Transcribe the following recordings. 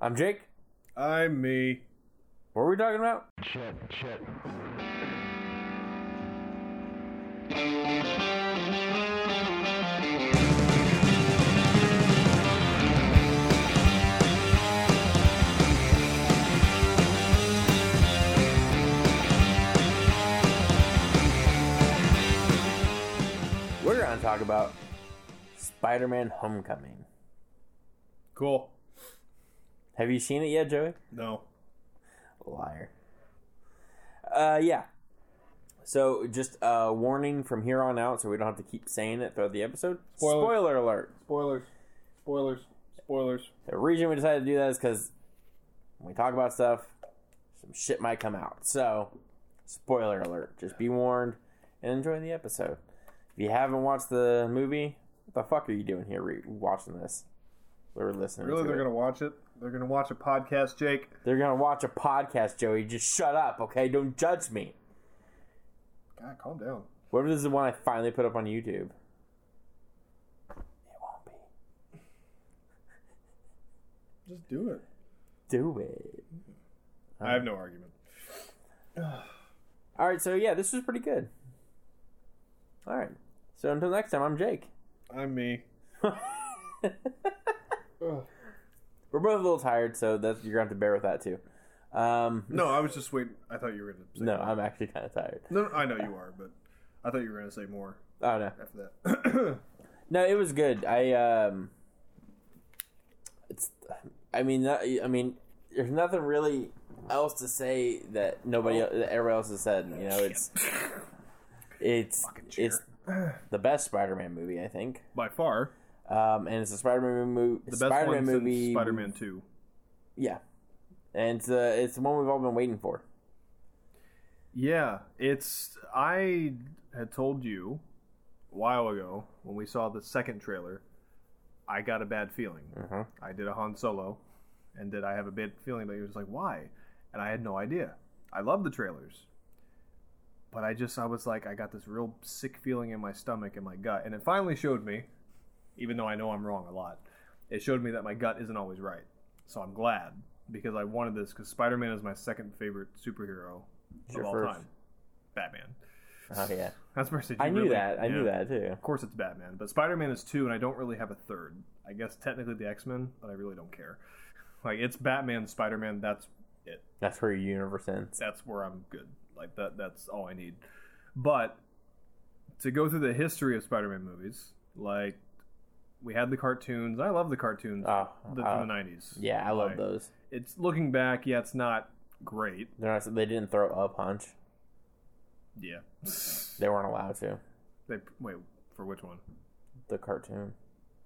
I'm Jake. I'm me. What were we talking about? Shit, shit. We're going to talk about Spider Man Homecoming. Cool. Have you seen it yet, Joey? No. Liar. Uh, yeah. So, just a warning from here on out so we don't have to keep saying it throughout the episode. Spoiler. Spoiler alert. Spoilers. Spoilers. Spoilers. The reason we decided to do that is because when we talk about stuff, some shit might come out. So, spoiler alert. Just be warned and enjoy the episode. If you haven't watched the movie, what the fuck are you doing here re- watching this? We're listening. Really, to they're it. gonna watch it. They're gonna watch a podcast, Jake. They're gonna watch a podcast, Joey. Just shut up, okay? Don't judge me. God, calm down. What if this is the one I finally put up on YouTube? It won't be. Just do it. Do it. I have no argument. All right. So yeah, this was pretty good. All right. So until next time, I'm Jake. I'm me. Ugh. We're both a little tired, so that's you're gonna have to bear with that too. Um, No, I was just waiting. I thought you were gonna. Say no, I'm actually kind of tired. No, no, I know you are, but I thought you were gonna say more Oh no, after that. no, it was good. I um, it's, I mean, not- I mean, there's nothing really else to say that nobody, el- that everybody else has said. You know, it's, it's, chair. it's the best Spider-Man movie, I think. By far, Um, and it's a Spider-Man movie. the best Spider-Man one since movie. Spider-Man Two. Yeah, and it's, uh, it's the one we've all been waiting for. Yeah, it's. I had told you a while ago when we saw the second trailer, I got a bad feeling. Mhm. I did a Han Solo, and did I have a bad feeling? But he was like, why? And I had no idea. I love the trailers. But I just, I was like, I got this real sick feeling in my stomach and my gut. And it finally showed me, even though I know I'm wrong a lot, it showed me that my gut isn't always right. So I'm glad because I wanted this because Spider Man is my second favorite superhero It's of your all first- time. Batman. Oh yeah, That's where I said you I knew really- that. I knew yeah. that too. Of course, it's Batman, but Spider Man is two, and I don't really have a third. I guess technically the X Men, but I really don't care. Like it's Batman, Spider Man. That's it. That's where your universe ends. That's where I'm good. Like that. That's all I need. But to go through the history of Spider Man movies, like we had the cartoons. I love the cartoons Oh, the, uh, from the '90s. yeah, I love Like, those. It's looking back. Yeah, it's not great. They're not. They didn't throw a punch. Yeah. They weren't allowed to. they wait for which one? The cartoon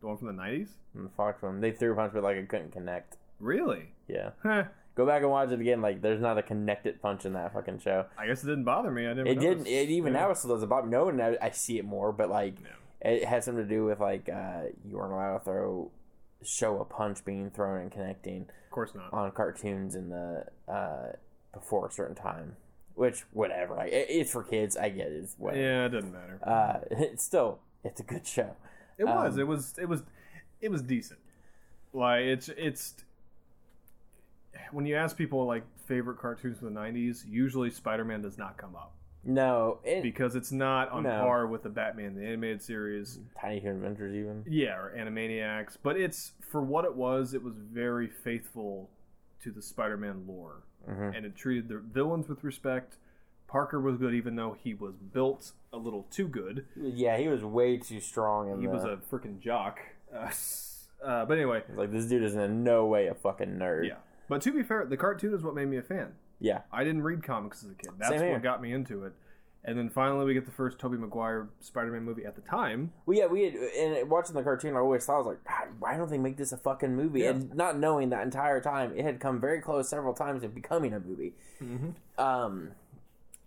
The one from the '90s? and the Fox one. They threw a punch, but like it couldn't connect. Really? Yeah. Huh. Go back and watch it again. Like there's not a connected punch in that fucking show. I guess it didn't bother me. I didn't. It didn't. notice. It even Yeah. now it still doesn't bother me. No, and I, I see it more, but like it has something to do with like uh, you weren't allowed to throw show a punch being thrown and connecting Of course not. on cartoons in the uh, before a certain time. Which whatever. Like, it, it's for kids. I get it. It's whatever. Yeah, it doesn't matter. Uh, it's still it's a good show. It was. um, it was. It was. It was decent. Like it's. It's. When you ask people like favorite cartoons from the '90s, usually Spider-Man does not come up No, it, because it's not on No. Mm-hmm. par with the Batman the animated series, Tiny Toon Adventures even. yeah, or Animaniacs. But it's for what it was. It was very faithful to the Spider-Man lore, Mhm. and it treated the villains with respect. Parker was good, even though he was built a little too good. Yeah, he was way too strong. In He the, was a freaking jock. Uh, uh, but anyway, like this dude is in no way a fucking nerd. yeah. But to be fair, the cartoon is what made me a fan. yeah, I didn't read comics as a kid. That's Same here. what got me into it. And then finally, we get the first Tobey Maguire Spider-Man movie at the time. Well, yeah, we had and watching the cartoon. I always thought I was like, God, why don't they make this a fucking movie? Yeah. And not knowing that entire time, it had come very close several times to becoming a movie. Mm-hmm. Um,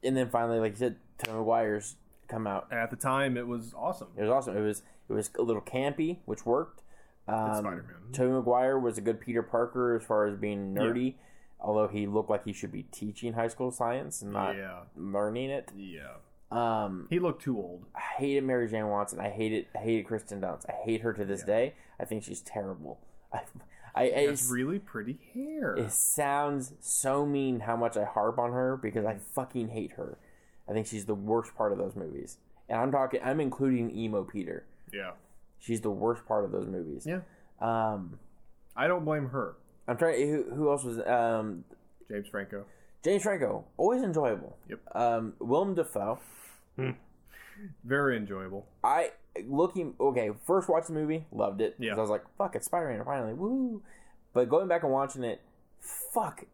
and then finally, like you said, Tony McGuire's come out. And at the time, it was awesome. It was awesome. It was it was a little campy, which worked. Um, It's Spider-Man. Tobey Maguire was a good Peter Parker as far as being nerdy, although he looked like he should be teaching high school science and not yeah, learning it. yeah. Um, He looked too old. I hated Mary Jane Watson. I hated I hated Kristen Dunst. I hate her to this Yeah. day. I think she's terrible. I I, She I has really pretty hair. It sounds so mean how much I harp on her because I fucking hate her. I think she's the worst part of those movies. And I'm talking I'm including emo Peter. Yeah. She's the worst part of those movies. Yeah. Um I don't blame her, I'm trying who, who else was um James Franco. James Franco, always enjoyable. Yep. Um Willem Dafoe. Very enjoyable. I looking okay. First watched the movie, loved it. 'cause Yeah. I was like, "Fuck, it's Spider Man!" Finally, woo! But going back and watching it, fuck,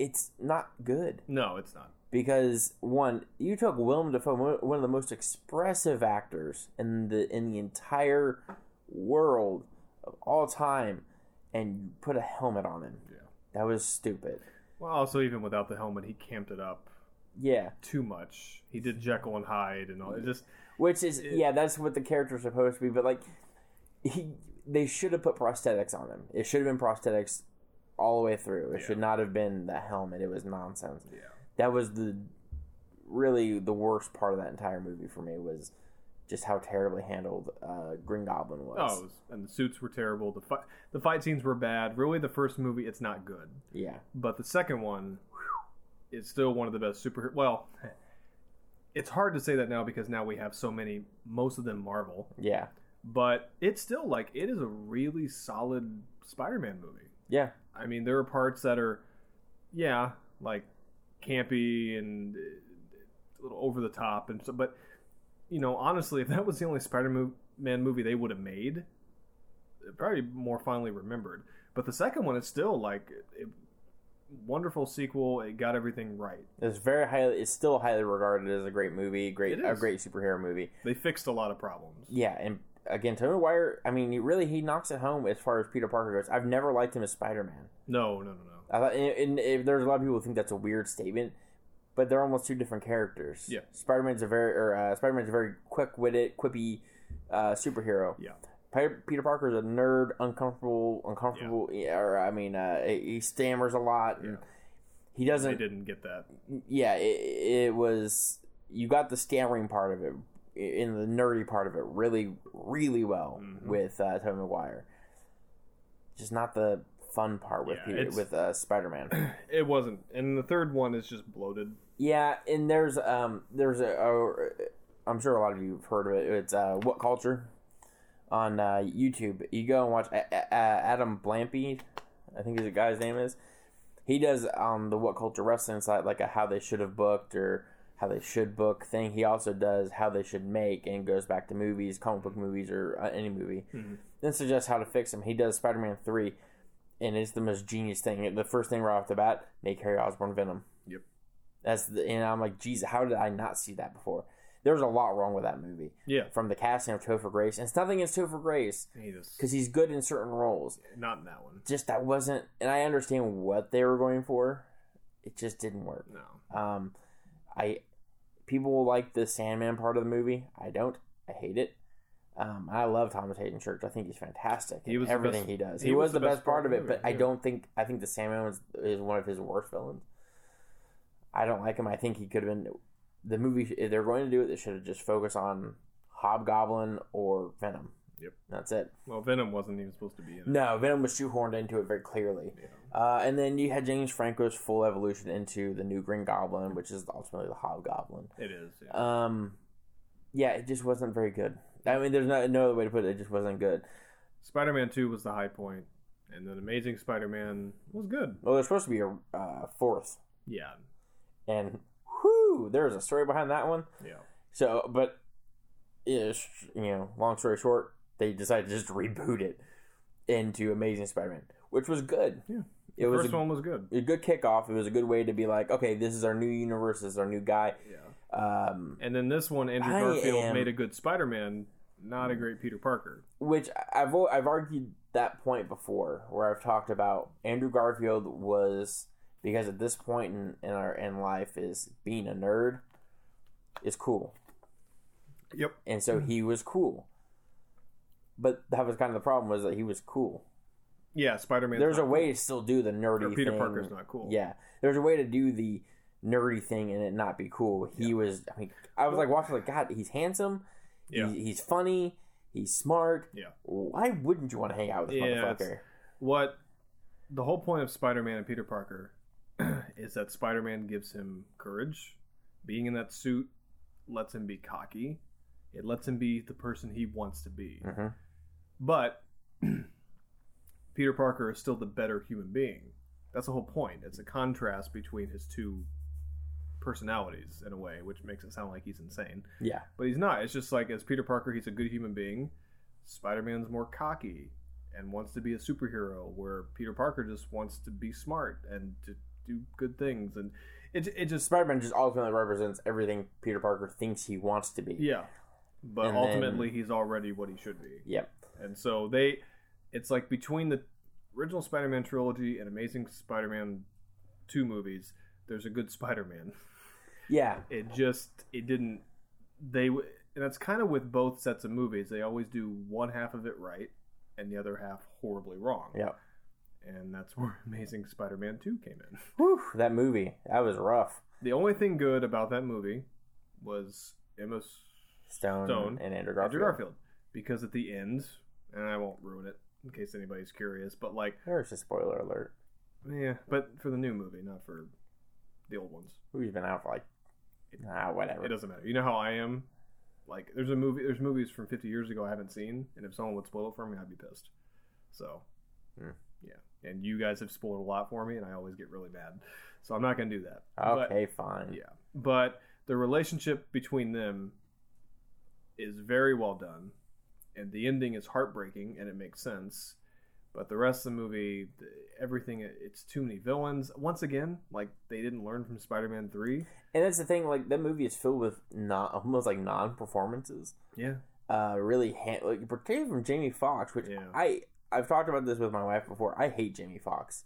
it's not good No, it's not. because one, you took Willem Dafoe, mo- one of the most expressive actors in the in the entire world of all time, and you put a helmet on him. Yeah. That was stupid. Well, also even without the helmet, he camped it up Yeah, too much. He did Jekyll and Hyde and all. It just which is yeah, that's what the character's supposed to be. But like, he they should have put prosthetics on him. It should have been prosthetics all the way through. It Yeah. should not have been the helmet. It was nonsense. yeah. That was the really the worst part of that entire movie for me was just how terribly handled uh, Green Goblin was. Oh, it was- and the suits were terrible. The fight, the fight scenes were bad. Really, the first movie, it's not good. Yeah, But the second one whew, is still one of the best superhero. Well, it's hard to say that now because now we have so many, most of them Marvel. yeah, But it's still like it is a really solid Spider-Man movie. yeah, I mean, there are parts that are, yeah, like campy and uh, a little over the top, and so. But you know, honestly, if that was the only Spider-Man movie they would have made, it'd probably be more fondly remembered. But the second one is still like it, wonderful sequel. It got everything right. it's very highly. It's still highly regarded as a great movie, great It a is. great superhero movie. They fixed a lot of problems. Yeah, and again, Tobey Maguire. I mean, he really he knocks it home as far as Peter Parker goes. I've never liked him as Spider Man. No, no, no, no. I thought, and, and if there's a lot of people who think that's a weird statement, but they're almost two different characters. Yeah. Spider Man's a very or uh, Spider Man's a very quick witted, quippy uh, superhero. Yeah. Pe- Peter Parker's a nerd, uncomfortable, uncomfortable. yeah, Or I mean, uh, he he stammers a lot. And Yeah. He They doesn't. didn't get that. Yeah, it, it was. You got the stammering part of it, in the nerdy part of it, really, really well Mhm. with uh, Tobey Maguire. Just not the fun part with Yeah, Peter, it's- with uh, Spider Man. It wasn't. And the third one is just bloated. Yeah, and there's um there's a, a I'm sure a lot of you've heard of it. It's uh what culture on uh, YouTube. You go and watch a- a- a- Adam Blampy, I think is the guy's name is. He does on the what culture wrestling site like a how they should have booked or how they should book thing. He also does how they should make and goes back to movies, comic book movies or uh, any movie. Mhm. Then suggests how to fix them. He does Spider-Man 3 and it's the most genius thing. The first thing right off the bat, make Harry Osborn Venom. That's the, and I'm like, Jesus, how did I not see that before? There was a lot wrong with that movie Yeah. from the casting of Topher Grace, and it's nothing against Topher Grace He just because he's good in certain roles. not in that one. Just that wasn't, and I understand what they were going for. It just didn't work. No. Um, I people like the Sandman part of the movie. I don't. I hate it. Um, I love Thomas Hayden Church. I think he's fantastic. He in was the everything best- he does. He, was, the best, part of it, the but I movie, yeah. don't think I think the Sandman was, is one of his worst villains. I don't like him. I think he could have been the movie. If they're going to do it, they should have just focused on Hobgoblin or Venom. Yep. that's it. Well, Venom wasn't even supposed to be in it. No, Venom was shoehorned into it very clearly. Yeah. Uh, and then you had James Franco's full evolution into the new Green Goblin, which is ultimately the Hobgoblin. It is. Yeah. Um, yeah, it just wasn't very good. I mean, there's no, no other way to put it. It just wasn't good. Spider-Man Two was the high point, and then Amazing Spider-Man was good. Well, there's supposed to be a uh, fourth, Yeah, and whoo, there's a story behind that one. yeah. So, but is you know, long story short, they decided to just reboot it into Amazing Spider-Man, which was good. Yeah. it was First a, one was good. a good kickoff. It was a good way to be like, okay, this is our new universe. This is our new guy. Yeah. Um, And then this one, Andrew I Garfield am- made a good Spider-Man, not a great Peter Parker. which I've al- I've argued that point before, where I've talked about Andrew Garfield was because at this point in, in our in life is being a nerd is cool, Yep. and so he was cool. But that was kind of the problem was that he was cool. Yeah, Spider-Man. There's a way to still do the nerdy. Or Peter thing. Parker's not cool. Yeah, there's a way to do the nerdy thing and it not be cool. He was. I mean, I was like watching like God. He's handsome. Yeah. He, he's funny. He's smart. Yeah. Why wouldn't you want to hang out with this Yeah, it's- motherfucker? What the whole point of Spider-Man and Peter Parker is that Spider-Man gives him courage. Being in that suit lets him be cocky. It lets him be the person he wants to be. Mm-hmm. But Peter Parker is still the better human being. That's the whole point. It's a contrast between his two personalities in a way, which makes it sound like he's insane. Yeah. But he's not. It's just like as Peter Parker, he's a good human being. Spider Man's more cocky and wants to be a superhero, where Peter Parker just wants to be smart and to do good things. And it, it just Spider Man just ultimately represents everything Peter Parker thinks he wants to be. yeah. But And then- ultimately, he's already what he should be. Yep. And so they, it's like between the original Spider-Man trilogy and Amazing Spider-Man two movies, there's a good Spider-Man. Yeah. It just it didn't they w- and that's kind of with both sets of movies. They always do one half of it right and the other half horribly wrong. Yep. And that's where Amazing Spider-Man two came in. Whew, that movie. That was rough. The only thing good about that movie was Emma Stone, Stone and Andrew Garfield. Andrew Garfield because at the end, and I won't ruin it in case anybody's curious, but like There's a spoiler alert. Yeah, but for the new movie, not for the old ones. Movie's been out for like ah, whatever. It doesn't matter. You know how I am. Like, there's a movie. There's movies from 50 years ago I haven't seen, and if someone would spoil it for me, I'd be pissed. So, Hmm. yeah. And you guys have spoiled a lot for me, and I always get really mad. So I'm not gonna do that. But- Okay, fine. yeah, but the relationship between them is very well done, and the ending is heartbreaking, and it makes sense. But the rest of the movie, the- everything, it's too many villains. Once again, like they didn't learn from Spider-Man Three. And that's the thing. Like that movie is filled with not almost like non-performances. Yeah, Uh, really, ha- like, particularly from Jamie Foxx, which Yeah. I I've talked about this with my wife before. I hate Jamie Foxx,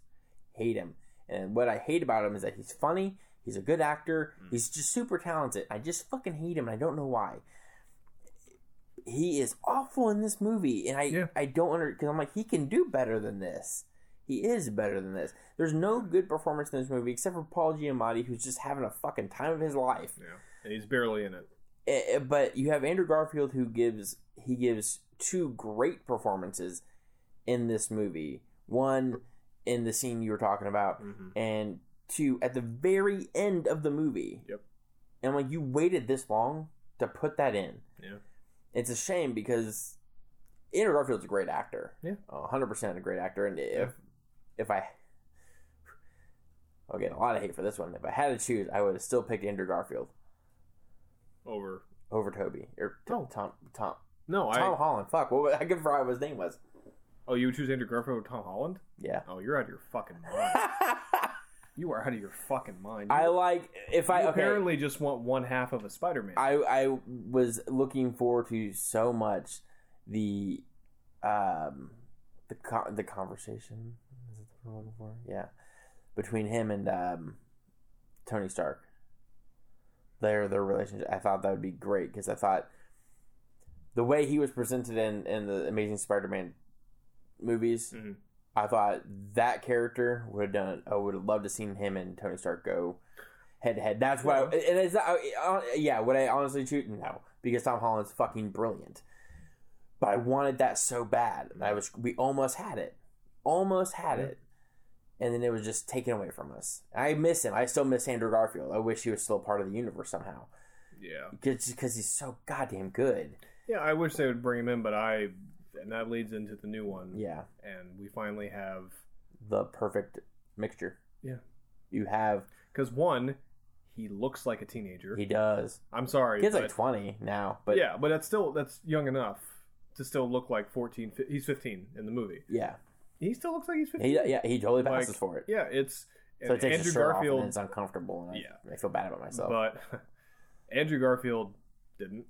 hate him. And what I hate about him is that he's funny. He's a good actor. Mm. He's just super talented. I just fucking hate him, and I don't know why. He is awful in this movie, and I Yeah. I don't under because I'm like he can do better than this. He is better than this. There's no good performance in this movie except for Paul Giamatti, who's just having a fucking time of his life. yeah, and he's barely in it. Eh, eh, but you have Andrew Garfield who gives he gives two great performances in this movie. One in the scene you were talking about, Mhm. and two at the very end of the movie. Yep. And like you waited this long to put that in. Yeah. It's a shame because Andrew Garfield's a great actor. Yeah. hundred percent a great actor. And if Yeah. if I I'll get a lot of hate for this one. If I had to choose, I would have still picked Andrew Garfield Over. over Toby or T- Oh. Tom Tom No, Tom I. Holland. Fuck. What was, I could forget what his name was. Oh, you would choose Andrew Garfield over Tom Holland? Yeah. Oh, you're out of your fucking mind. I you are out of your fucking mind. You, like if I you okay. apparently just want one half of a Spider-Man. I I was looking forward to so much the um the con- the conversation is it the one before yeah between him and um Tony Stark their their relationship I thought that would be great because I thought the way he was presented in in the Amazing Spider-Man movies Mhm. I thought that character would have done. I would have loved to seen him and Tony Stark go head to head. That's what. I, and it's not, uh, yeah, would I honestly shoot? No, because Tom Holland's fucking brilliant. But I wanted that so bad. And I was. We almost had it. Almost had it. And then it was just taken away from us. I miss him. I still miss Andrew Garfield. I wish he was still part of the universe somehow. Yeah. Because he's so goddamn good. Yeah, I wish they would bring him in, but I, and that leads into the new one. Yeah. and we finally have The perfect mixture. Yeah. You have. because one, he looks like a teenager. He does. I'm sorry, He's like but- 20 now. But yeah, but that's still that's young enough to still look like 14. fi- He's 15 in the movie. Yeah, He still looks like he's 15. he yeah he totally Like, passes for it. yeah, it's So it and takes Andrew his shirt off Garfield, and it's uncomfortable, and I, Yeah. I feel bad about myself. but Andrew Garfield didn't.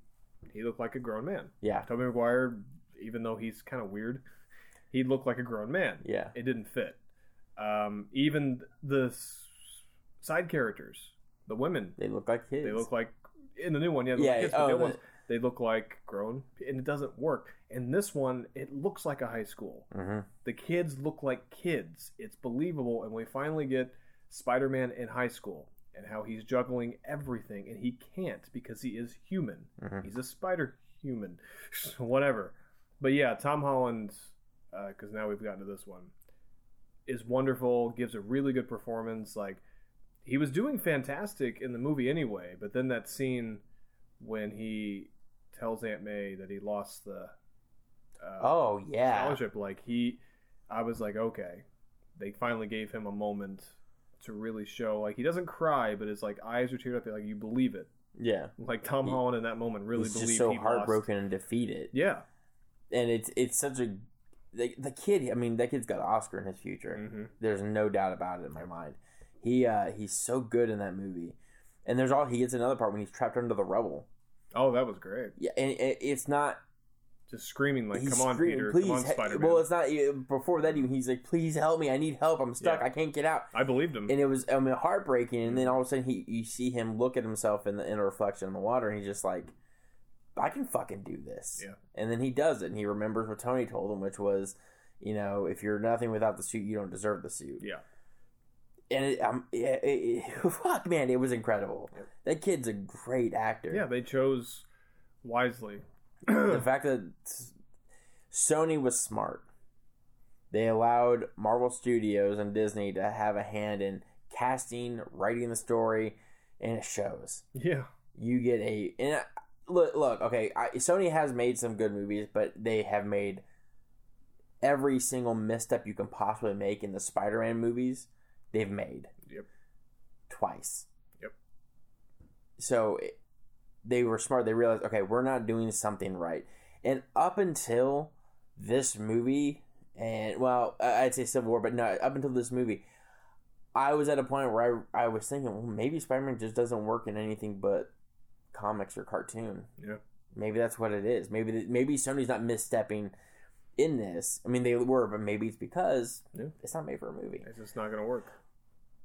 He looked like a grown man. yeah, Tobey Maguire, even though he's kind of weird, he looked like a grown man. yeah, it didn't fit. Um, even the s- side characters, the women, they look like kids. they look like in the new one, yeah, they Yeah, look, like kids, but oh, the old the- ones, they look like grown, and it doesn't work. In this one, it looks like a high school. hmm The kids look like kids. It's believable, and we finally get Spider-Man in high school and how he's juggling everything, and he can't because he is human. Mhm. He's a spider human, uh, whatever. But yeah, Tom Holland, because now we've gotten to this one. is wonderful, gives a really good performance. Like he was doing fantastic in the movie anyway, but then that scene when he tells Aunt May that he lost the uh, Oh yeah. scholarship, like he, I was like, okay, they finally gave him a moment to really show. Like he doesn't cry, but his like eyes are teared up. Like you believe it. Yeah. Like Tom He- Holland in that moment really He's believed just so he heartbroken and defeated. Lost. Yeah. And it's it's such a the, the kid, I mean, that kid's got an Oscar in his future. hmm There's no doubt about it in my mind. He uh he's so good in that movie. And there's all he gets another part when he's trapped under the rubble. Oh, that was great. Yeah, and it, it's not Just screaming like, he's "Come on, screaming, Peter! please. Come on, he- Spider Man!" well, it's not even- before that even he's like, please help me. I need help. I'm stuck. Yeah. Mm-hmm. I can't get out. I believed him. And it was I mean heartbreaking. And then all of a sudden he you see him look at himself in the in a reflection in the water, and he's just like, I can fucking do this. Yeah. And then he does it, and he remembers what Tony told him, which was, you know, if you're nothing without the suit, you don't deserve the suit. yeah. And it, um, it, it, it- fuck, man, it was incredible. Yep. That kid's a great actor. Yeah, they chose wisely. the fact that Sony was smart. They allowed Marvel Studios and Disney to have a hand in casting, writing the story, and it shows. yeah. You get a and I, look, look, okay. I, Sony has made some good movies, but they have made every single misstep you can possibly make in the Spider-Man movies. They've made Yep. twice. Yep. So it, they were smart. They realized, okay, we're not doing something right. And up until this movie, and well, I- I'd say Civil War, but no, up until this movie, I was at a point where I, I was thinking, well, maybe Spider Man just doesn't work in anything but comics or cartoon. Yeah. Maybe that's what it is. Maybe th- maybe Sony's not misstepping in this. I mean, they were, but maybe it's because Yeah. it's not made for a movie. It's just not going to work.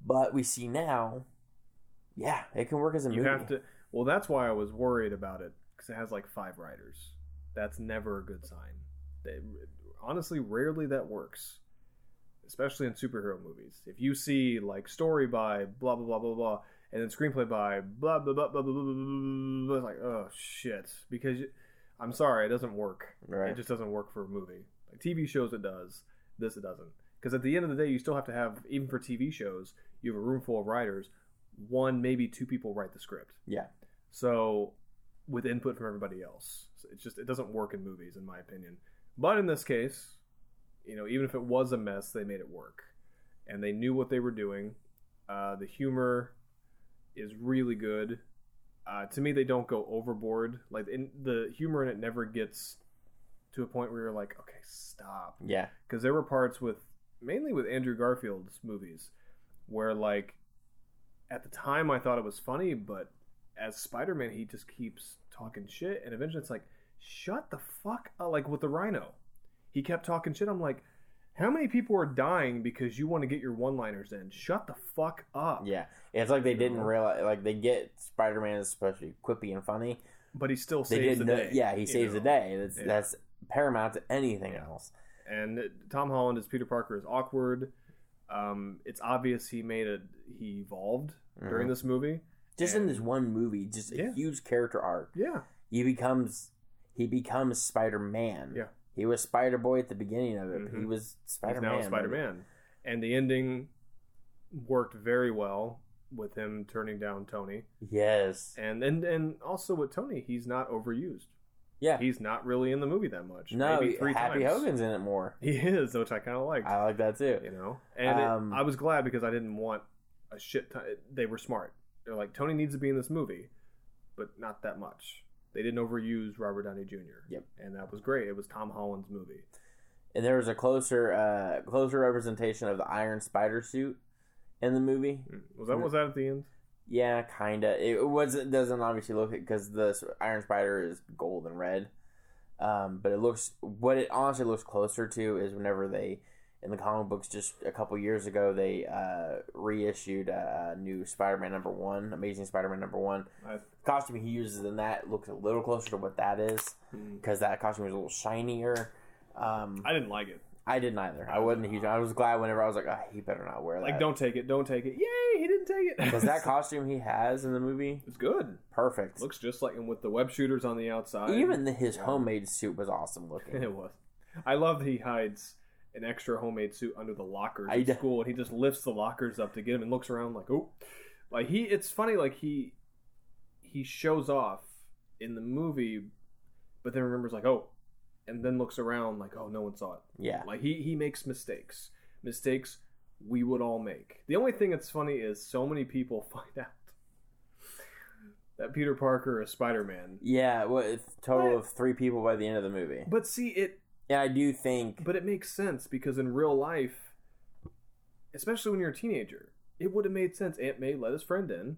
But we see now, yeah, it can work as a You movie. have to. Well, that's why I was worried about it because it has like five writers. That's never a good sign. They, honestly, rarely that works, especially in superhero movies. If you see like story by blah blah blah blah blah, and then screenplay by blah blah blah blah blah, blah, blah, blah, blah, blah, it's like oh shit. Because you- I'm sorry, it doesn't work. right. It just doesn't work for a movie. Like TV shows, it does. This, it doesn't. Because at the end of the day, you still have to have, even for TV shows, you have a room full of writers. One, maybe two people write the script. Yeah. So, with input from everybody else, So it's just it doesn't work in movies, in my opinion. But in this case, you know, even if it was a mess, they made it work, and they knew what they were doing. Uh, the humor is really good. Uh, to me, they don't go overboard. Like in, the humor in it never gets to a point where you're like, okay, stop yeah. because there were parts with mainly with Andrew Garfield's movies where like at the time I thought it was funny, but as Spider-Man he just keeps talking shit and eventually it's like shut the fuck up like with the Rhino. He kept talking shit. I'm like how many people are dying because you want to get your one-liners in? Shut the fuck up. Yeah, it's like they didn't realize. Like they get Spider Man is supposed to be quippy and funny. But he still They saves the didn't. know, day. yeah, he you saves the know? day. That's Yeah. that's paramount to anything Yeah. else. and Tom Holland as Peter Parker is awkward. Um, it's obvious he made a he evolved during Mhm. this movie. Just in And- this one movie, just a Yeah. huge character arc. Yeah, He becomes he becomes Spider Man. Yeah. he was Spider Boy at the beginning of it. but He Mhm. was Spider he's now Man. Spider Man, and the ending worked very well with him turning down Tony, Yes. and and and also with Tony, he's not overused. Yeah. He's not really in the movie that much. no, maybe three Happy times. Hogan's in it more. He is, which I kind of liked. I like that too. you know, and it- Um, I was glad because I didn't want a shit. Ton- they were smart. They're like Tony needs to be in this movie, but not that much. They didn't overuse Robert Downey Jr. Yep. and that was great. It was Tom Holland's movie. and there was a closer uh closer representation of the iron spider suit in the movie Was that was that at the end? yeah kinda it was it doesn't obviously look because the iron spider is gold and red um but it looks what it honestly looks closer to is whenever they in the comic books just a couple years ago they uh reissued uh, a new spider-man number one amazing spider-man number one I, costume he uses in that looks a little closer to what that is because that costume is a little shinier um hmm. I didn't like it. I didn't either. I wasn't a huge. I was glad whenever I was like, oh, he better not wear that. Oh. Like, don't take it, don't take it. Yay, he didn't take it. because that costume he has in the movie, it's good. perfect. Looks just like and with the web shooters on the outside. Even the, his homemade suit was awesome looking. it was. I love that he hides an extra homemade suit under the lockers I at d- school, and he just lifts the lockers up to get him and looks around like, oh, like he. It's funny, like he he shows off in the movie, but then remembers like, oh, and then looks around like, oh, no one saw it. Yeah. Like he he makes mistakes, mistakes we would all make. The only thing that's funny is so many people find out that Peter Parker is Spider Man. Yeah, well, it's a total What? of three people by the end of the movie. But see it, And I do think, but it makes sense because in real life, especially when you're a teenager, it would have made sense. Aunt May let his friend in,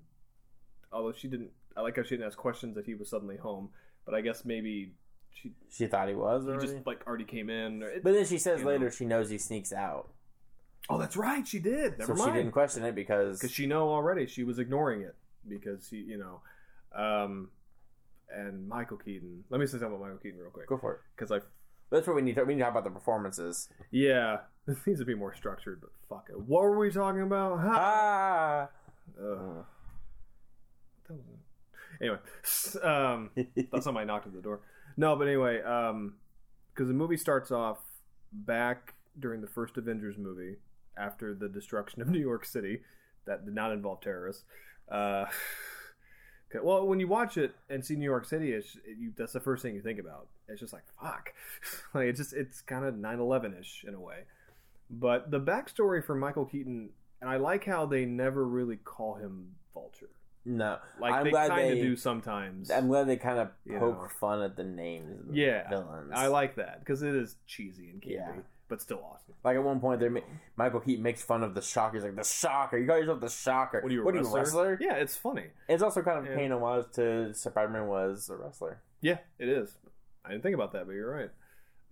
although she didn't. I like how she didn't ask questions if he was suddenly home. But I guess maybe she she thought he was he already. just like already came in. Or it, but then she says you know. later she knows he sneaks out, oh, that's right, she did. Never so mind. she didn't question it because because she know already she was ignoring it because he you know um and michael keaton let me say something about michael keaton real quick go for it. because i That's what we need. To, we need to talk about the performances. yeah this needs to be more structured but fuck it what were we talking about ha! Ah, Ugh. Uh, That was- anyway um That's somebody knocked at the door. No, but anyway, because the movie starts off back during the first Avengers movie after the destruction of New York City that did not involve terrorists. Uh, 'kay, well, when you watch it and see New York City, it's, it, you, that's the first thing you think about. It's just like fuck, like it's just it's kind of 9/11 ish in a way. But the backstory for Michael Keaton, and I like how they never really call him Vulture. no. Like I'm they glad kind of they- do sometimes. I'm glad they kind of You poke know. fun at the names. Of the Yeah, villains. I like that because it is cheesy and campy, Yeah. but still awesome. Like at one point, they ma- Michael Keaton makes fun of the Shocker. He's like the Shocker. You call yourself the Shocker? What are you, a wrestler? Yeah, it's funny. It's also kind of a Yeah. pain homage to Spider-Man was a wrestler. Yeah, it is. I didn't think about that, but you're right.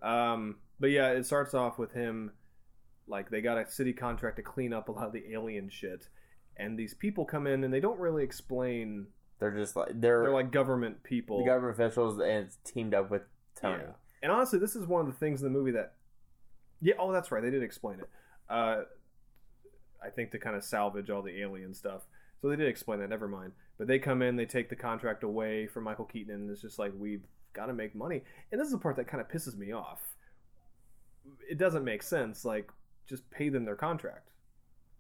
Um, but yeah, it starts off with him like they got a city contract to clean up a lot of the alien shit, and these people come in and they don't really explain. They're just like they're, They're like government people. the government officials, and it's teamed up with Tony. Yeah. And honestly, this is one of the things in the movie that, yeah, oh, that's right, they did explain it. Uh, I think to kind of salvage all the alien stuff, so they did explain that. Never mind. But they come in, they take the contract away from Michael Keaton, and it's just like we've got to make money. And this is the part that kind of pisses me off. It doesn't make sense. Like, just pay them their contract.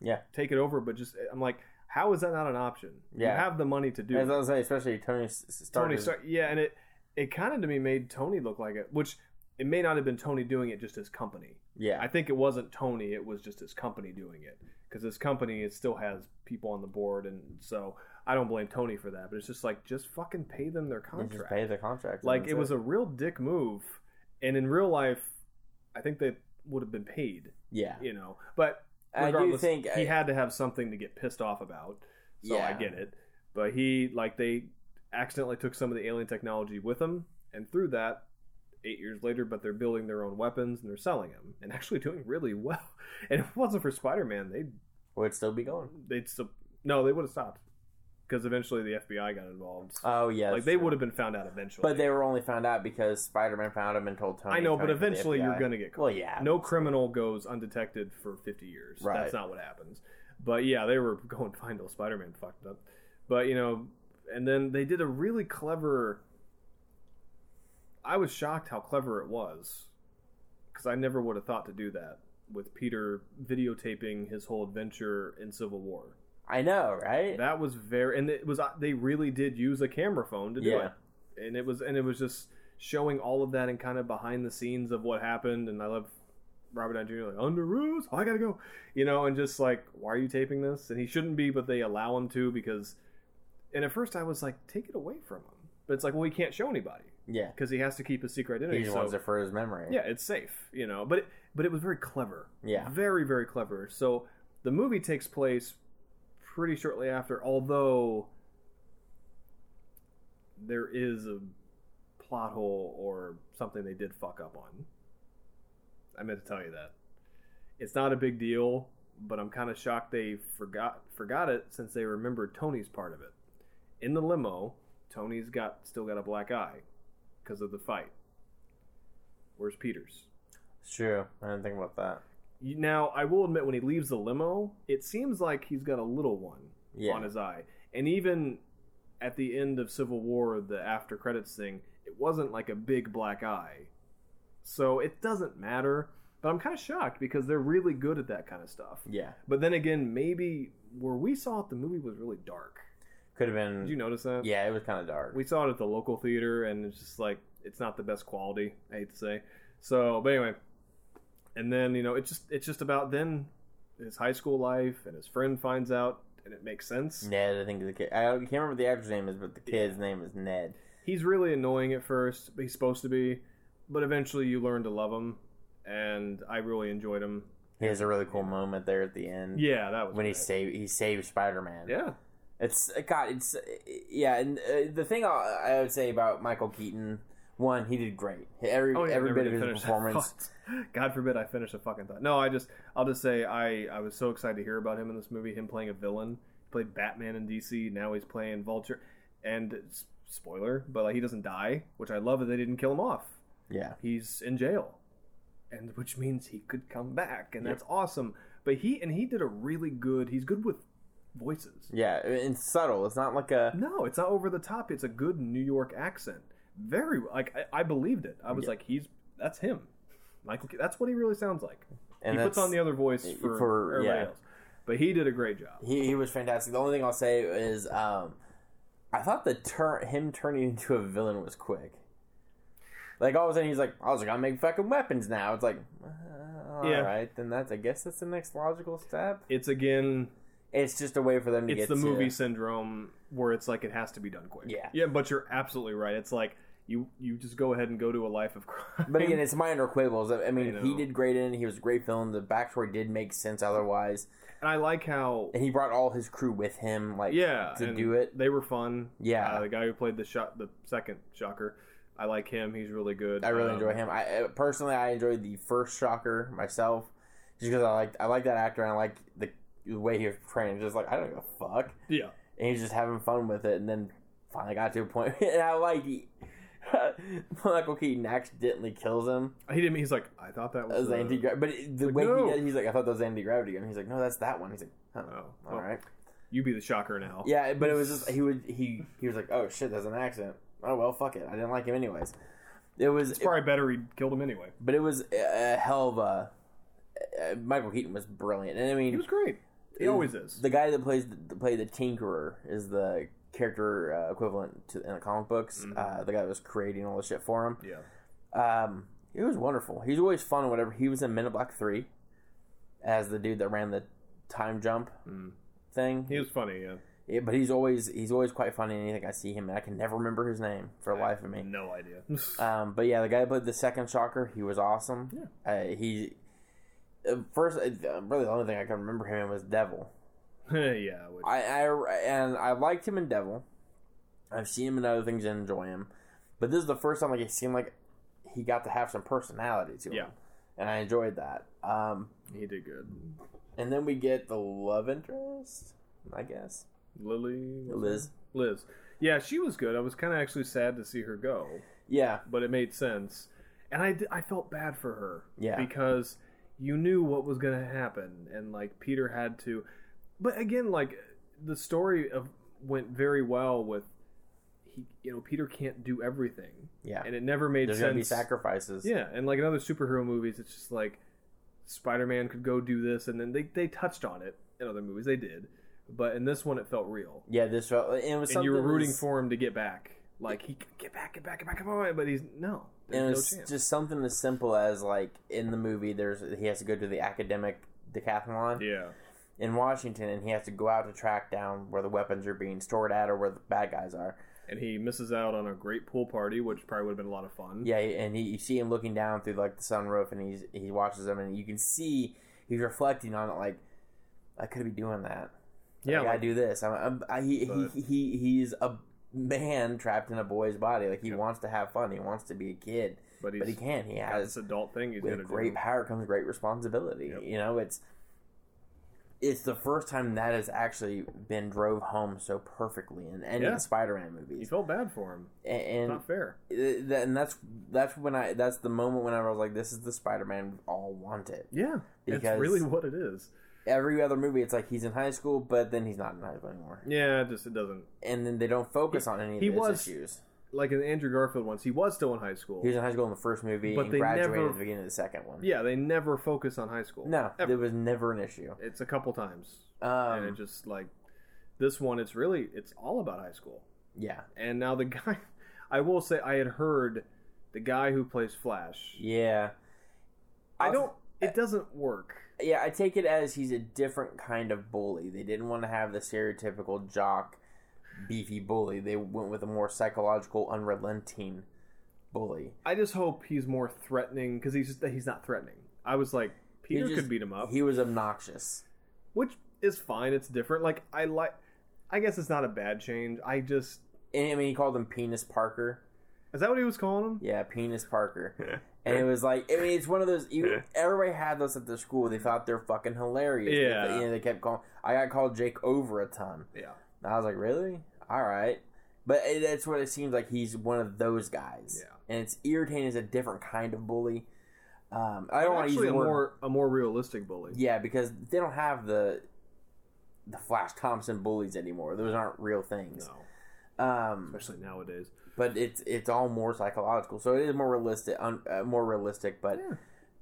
Yeah. Take it over, but just I'm like, how is that not an option? Yeah. You have the money to do. As it. I was saying, especially Tony S- Stark. Tony is- Stark. Yeah, and it it kind of to me made Tony look like it, which it may not have been Tony doing it, just his company. Yeah, I think it wasn't Tony; it was just his company doing it because his company it still has people on the board, and so I don't blame Tony for that. But it's just like just fucking pay them their They just contract. pay the contract. and like that's it was a real dick move, and in real life, I think they would have been paid. yeah. You know, but I do regardless, think he I- had to have something to get pissed off about. So I Yeah. get it. But he like they accidentally took some of the alien technology with them, and through that, eight years later, but they're building their own weapons and they're selling them, and actually doing really well. And if it wasn't for Spider Man, they would still be going. they'd still no, they would have stopped because eventually the FBI got involved. Oh yeah, like that's they true. would have been found out eventually. But they were only found out because Spider-Man found him and told Tony. I know, but Tony told the eventually you're FBI. gonna get caught. Well, yeah. No criminal goes undetected for 50 years. Right. That's not what happens. But yeah, they were going find old Spider-Man fucked up. But you know, and then they did a really clever. I was shocked how clever it was, because I never would have thought to do that with Peter videotaping his whole adventure in Civil War. I know, right? That was very, and it was uh, they really did use a camera phone to do Yeah. it, and it was and it was just showing all of that and kind of behind the scenes of what happened. And I love Robert Downey Jr. like under rules, oh, I gotta go, you know, and just like why are you taping this? And he shouldn't be, but they allow him to because. And at first I was like, take it away from him, but it's like, well, he can't show anybody yeah, because he has to keep his secret he identity. just so- wants it for his memory. yeah, it's safe, you know. But it, but it was very clever. Yeah. very very clever. So the movie takes place pretty shortly after, although there is a plot hole or something they did fuck up on. I meant to tell you that. It's not a big deal, but I'm kind of shocked they forgot forgot it since they remembered Tony's part of it. In the limo, Tony's got still got a black eye because of the fight. Where's Peter's? it's true. I didn't think about that. You- Now, I will admit, when he leaves the limo, it seems like he's got a little one Yeah, on his eye. And even at the end of Civil War, the after credits thing, it wasn't like a big black eye. So it doesn't matter. But I'm kind of shocked because they're really good at that kind of stuff. Yeah, But then again, maybe where we saw it, the movie was really dark. could have been. Did you notice that? yeah, it was kind of dark. We saw it at the local theater, and it's just like it's not the best quality. I hate to say. So, but anyway, and then you know, it's just it's just about then his high school life, and his friend finds out, and it makes sense. Ned, I think the kid. I don't- can't remember what the actor's name is, but the kid's name is Ned. He's really annoying at first. But he's supposed to be, but eventually you learn to love him, and I really enjoyed him. He has a really cool moment there at the end. Yeah, that was Hmm. When he great. save he saves Spider Man. yeah, It's uh, God. It's yeah. And uh, the thing I, I would say about Michael Keaton, one, he did great. Every Oh, yeah, every never bit of did his finish that performance. thought. God forbid I finish a fucking thought. No, I just I'll just say I I was so excited to hear about him in this movie. Him playing a villain, he played Batman in DC. Now he's playing Vulture, and s- spoiler, but like he doesn't die, which I love that they didn't kill him off. Yeah, He's in jail, and which means he could come back, and that's awesome. But he and he did a really good. He's good with voices. yeah. And subtle. It's not like a No, it's not over the top. It's a good New York accent. Very like I, I believed it. I was Yeah. like, he's that's him, Michael. Ke- That's what he really sounds like. and he puts that's- on the other voice y- for, for- everybody yeah. else, but he did a great job. He, he was fantastic. The only thing I'll say is, um, I thought the turn him turning into a villain was quick. Like all of a sudden he's like, I was like, I make fucking weapons now. It's like, uh, all Yeah. right, then that's I guess that's the next logical step. It's again, It's just a way for them to it's get the to- movie syndrome where it's like it has to be done quick. Yeah. yeah, but you're absolutely right. It's like you you just go ahead and go to a life of crime. But again, it's minor quibbles. I I mean, I he know. did great in. it. He was a great film. The backstory did make sense otherwise, and I like how and he brought all his crew with him. Like, yeah to and do it. They were fun. Yeah. Uh, the guy who played the shot the second shocker, I like him. He's really good. I really Um, enjoy him. I uh, personally, I enjoyed the first Shocker myself, just because I like I like that actor and I like the, the way he was portraying. Just like I don't give a fuck, Yeah. and he's just having fun with it. And then finally got to a point, and I like he, Michael Keaton accidentally kills him He didn't. He's like, I thought that was as the- anti gravity. But it, the uh, like, way no. he did, it, he's like I thought that was anti gravity, and he's like, no, that's that one. He's like, huh, Oh, all right, You be the shocker now. yeah. But it was just he would he he was like, oh shit, that's an accident. Oh well, fuck it. I didn't like him anyways. It was It's probably better he killed him anyway. But it was a a hell of a. Uh, Michael Keaton was brilliant, and I He mean, was great. He always is. the guy that plays the play the Tinkerer is the character uh, equivalent to in the comic books. Mm-hmm. Uh, the guy that was creating all the shit for him. yeah. Um, he was wonderful. He's always fun. and Whatever he was in Men in Black Three, as the dude that ran the time jump Mm. thing. He was funny, yeah. Yeah, but he's always he's always quite funny. in Anything I see him, and I can never remember his name for the life of me. No idea. Um, but yeah, the guy that played the second Shocker, he was awesome. Uh, he uh, first, uh, really, the only thing I can remember him in was Devil. yeah. Which, I, I and I liked him in Devil. I've seen him in other things and enjoy him, but this is the first time like it seemed like he got to have some personality to him, Yeah. and I enjoyed that. Um, he did good. and then we get the love interest, I guess Lily? was Liz. it? Liz. Yeah, she was good. I was kind of actually sad to see her go, Yeah, but it made sense. And I, d- I felt bad for her. Yeah. Because you knew what was going to happen, and, like, Peter had to. But again, like, the story of went very well with. He, you know, Peter can't do everything, yeah. and it never made There's gonna be sense. sacrifices. Yeah, and like in other superhero movies, it's just like Spider Man could go do this, and then they, they touched on it in other movies. They did, but in this one, it felt real, yeah. This felt and it was and you were something- rooting for him to get back. Like he could get back, get back, get back, come on! But he's no, and there's it's no chance. just something as simple as like in the movie there's he has to go to the academic decathlon yeah, in washington and he has to go out to track down where the weapons are being stored at or where the bad guys are and he misses out on a great pool party, which probably would have been a lot of fun. yeah and he, you see him looking down through like the sunroof and he's he watches them and you can see he's reflecting on it like i could be doing that Yeah, Like, i like- do this i'm, I'm I, he, But- he, he he's a man trapped in a boy's body like he Yeah. wants to have fun he wants to be a kid but he's but he can't he got has this adult thing he's gonna with great do. power comes great responsibility. Yep. You know, it's it's the first time that has actually been drove home so perfectly in any Yeah. Spider-Man You movies, felt bad for him. A- and Not fair. uh, that- and that's that's when I that's the moment when I was like, this is the Spider-Man we all wanted. Yeah, Because- it's really what it is. Every other movie, it's like he's in high school, but then he's not in high school anymore, Yeah, it just it doesn't and then they don't focus on any of he his was- issues. like in Andrew Garfield once, he was still in high school. He was in high school in the first movie But and they graduated never- at the beginning of the second one. Yeah, they never focus on high school. No, Ever. there was never an issue. it's a couple times, and it Um, just like this one. It's really it's all about high school. yeah, And now the guy, I will say, I had heard the guy who plays Flash. yeah, I Also- don't. It doesn't work. yeah. I take it as he's a different kind of bully. They didn't want to have the stereotypical jock, beefy bully. They went with a more psychological, unrelenting bully. I just hope he's more threatening because he's just, he's not threatening. I was like, He Peter just- could beat him up, He was obnoxious. which is fine. It's different. Like I like. I guess it's not a bad change. I just And, I mean, he called him Penis Parker. is that what he was calling him? Yeah, Penis Parker. And it was like, I mean, it's one of those. You, everybody had those at their school. They thought they're fucking hilarious. Yeah. They, you know, they kept calling. I got called Jake over a ton. Yeah. And I was like, really? All right. But it, that's what it seems like. He's one of those guys. Yeah. And it's irritating as a different kind of bully. Um, I don't want to use Actually, the a word. more a more realistic bully. Yeah, because they don't have the the Flash Thompson bullies anymore. Those aren't real things. No, Um, especially nowadays. but it's it's all more psychological, so it is more realistic, un, uh, more realistic. But Yeah.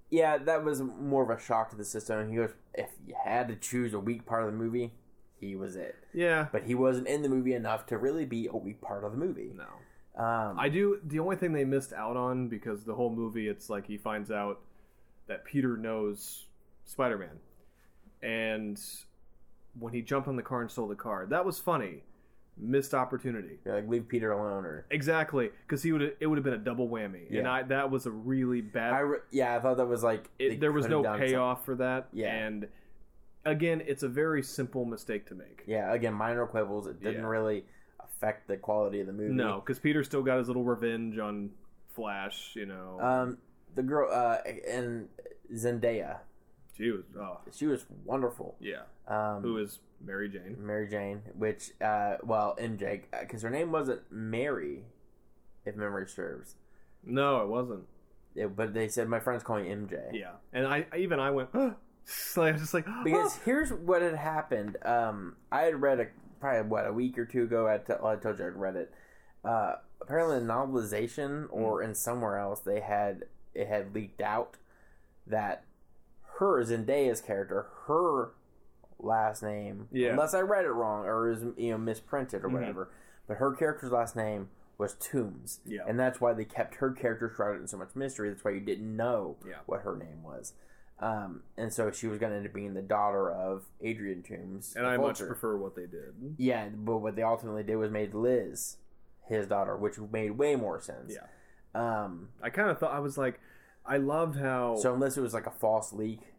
yeah. that was more of a shock to the system. And he goes, if you had to choose a weak part of the movie, he was it. Yeah. But he wasn't in the movie enough to really be a weak part of the movie. No. Um, I do. The only thing they missed out on because the whole movie, it's like he finds out that Peter knows Spider Man, and when he jumped on the car and stole the car, that was funny. Missed opportunity. you're like leave Peter alone, or Exactly, because he would. It would have been a double whammy, and Yeah. I that was a really bad. I re- yeah, I thought that was like they it, there was could've no done payoff for that. Yeah. and again, it's a very simple mistake to make. some- Yeah, again, minor quibbles. It didn't Yeah. really affect the quality of the movie. No, because Peter still got his little revenge on Flash. You know, Um, the girl uh, and Zendaya, she was. Oh, she was wonderful. yeah. Um, Who is Mary Jane? Mary Jane, which, uh, well, MJ, because her name wasn't Mary, if memory serves. No, it wasn't. It- but they said, my friend's calling MJ. Yeah, and I I- even I went. Huh? Like, I was just like "Huh?" Because here's what had happened. Um, I had read a, probably, what, a week or two ago, I, t- well, I told you I'd read it. Uh, apparently in novelization or in somewhere else, they had, it had leaked out that her, Zendaya's character, her last name, Yeah. unless I read it wrong or is, you know, misprinted or Mhm. whatever, but her character's last name was Toombs. Yeah. And that's why they kept her character shrouded in so much mystery. That's why you didn't know Yeah. what her name was. Um, and so she was going to end up being the daughter of Adrian Toombs. and the I much Vulture. prefer what they did. Yeah, but what they ultimately did was made Liz his daughter, which made way more sense. Yeah. Um, I kind of thought I was like, I loved how. so unless it was like a false leak.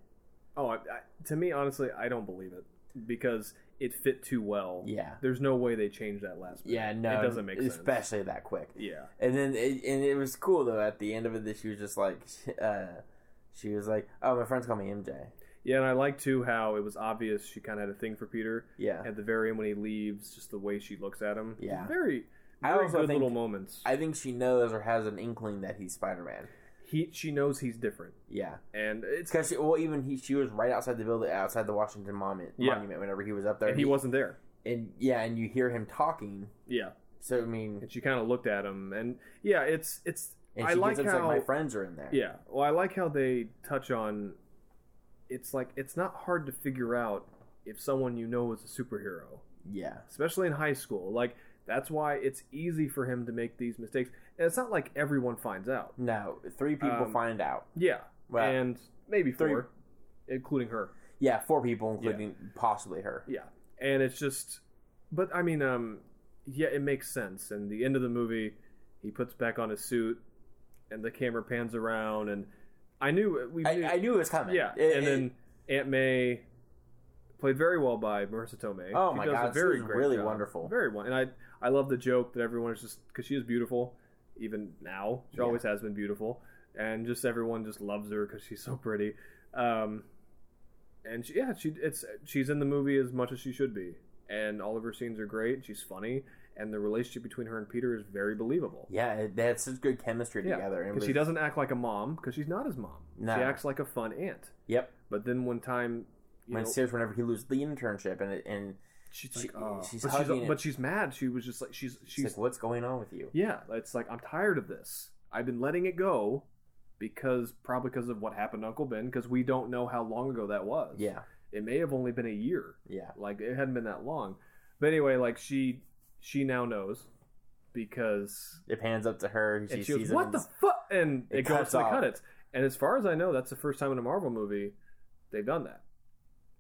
oh, I, I, to me, honestly, I don't believe it because it fit too well. Yeah. There's no way they changed that last. minute. Yeah, no. it doesn't make sense. Especially that quick. Yeah. And then it, and it was cool though. At the end of it, that she was just like, uh, she was like, "Oh, my friends call me MJ." Yeah, and I like too how it was obvious she kind of had a thing for Peter. Yeah, At the very end when he leaves, just the way she looks at him. Yeah. Very, I very also good think- little moments. I think she knows or has an inkling that he's Spider Man. he she knows he's different, Yeah, and it's because well, even he she was right outside the building, outside the Washington Monument. Yeah. Monument whenever he was up there, and he wasn't there. and yeah, and you hear him talking. Yeah, So I mean, and she kind of looked at him, and yeah, it's it's. and I she like gets up, how like my friends are in there. yeah. Well, I like how they touch on. It's like it's not hard to figure out if someone you know is a superhero, yeah, especially in high school. Like that's why it's easy for him to make these mistakes, and it's not like everyone finds out. no, three people Um, find out. Yeah, Well, and maybe three- four, including her. Yeah, four people, including possibly her. Yeah, and it's just, but I mean, um, yeah, it makes sense. And the end of the movie, he puts back on his suit, and the camera pans around, and I knew we, I, I knew it was coming. yeah, It- it- and then Aunt May. Played very well by Marissa Tomei. Oh She my does God, a she very was great really job. wonderful. very one. And I, I love the joke that everyone is just because she is beautiful, even now. She Yeah. always has been beautiful, and just everyone just loves her because she's so pretty. Um, and she, yeah, she it's she's in the movie as much as she should be, and all of her scenes are great. She's funny, and the relationship between her and Peter is very believable. yeah, it, they had such good chemistry Yeah, together. and it because she was- doesn't act like a mom because she's not his mom. No. She acts like a fun aunt. Yep, But then one time, you when know, Sirius, whenever he loses the internship, and it, and She's She- like, oh, she's but, she's, hugging it. but she's mad. She was just like, she's She's she's like, what's going on with you? yeah. It's like I'm tired of this. I've been letting it go because probably because of what happened to Uncle Ben. Because we don't know how long ago that was. Yeah, it may have only been a year. yeah, Like it hadn't been that long. But anyway, like she she now knows because it pans up to her. She, and she sees goes, it. "What and the s- fuck?" And It it, goes cuts to the off. cut it. And as far as I know, that's the first time in a Marvel movie they've done that,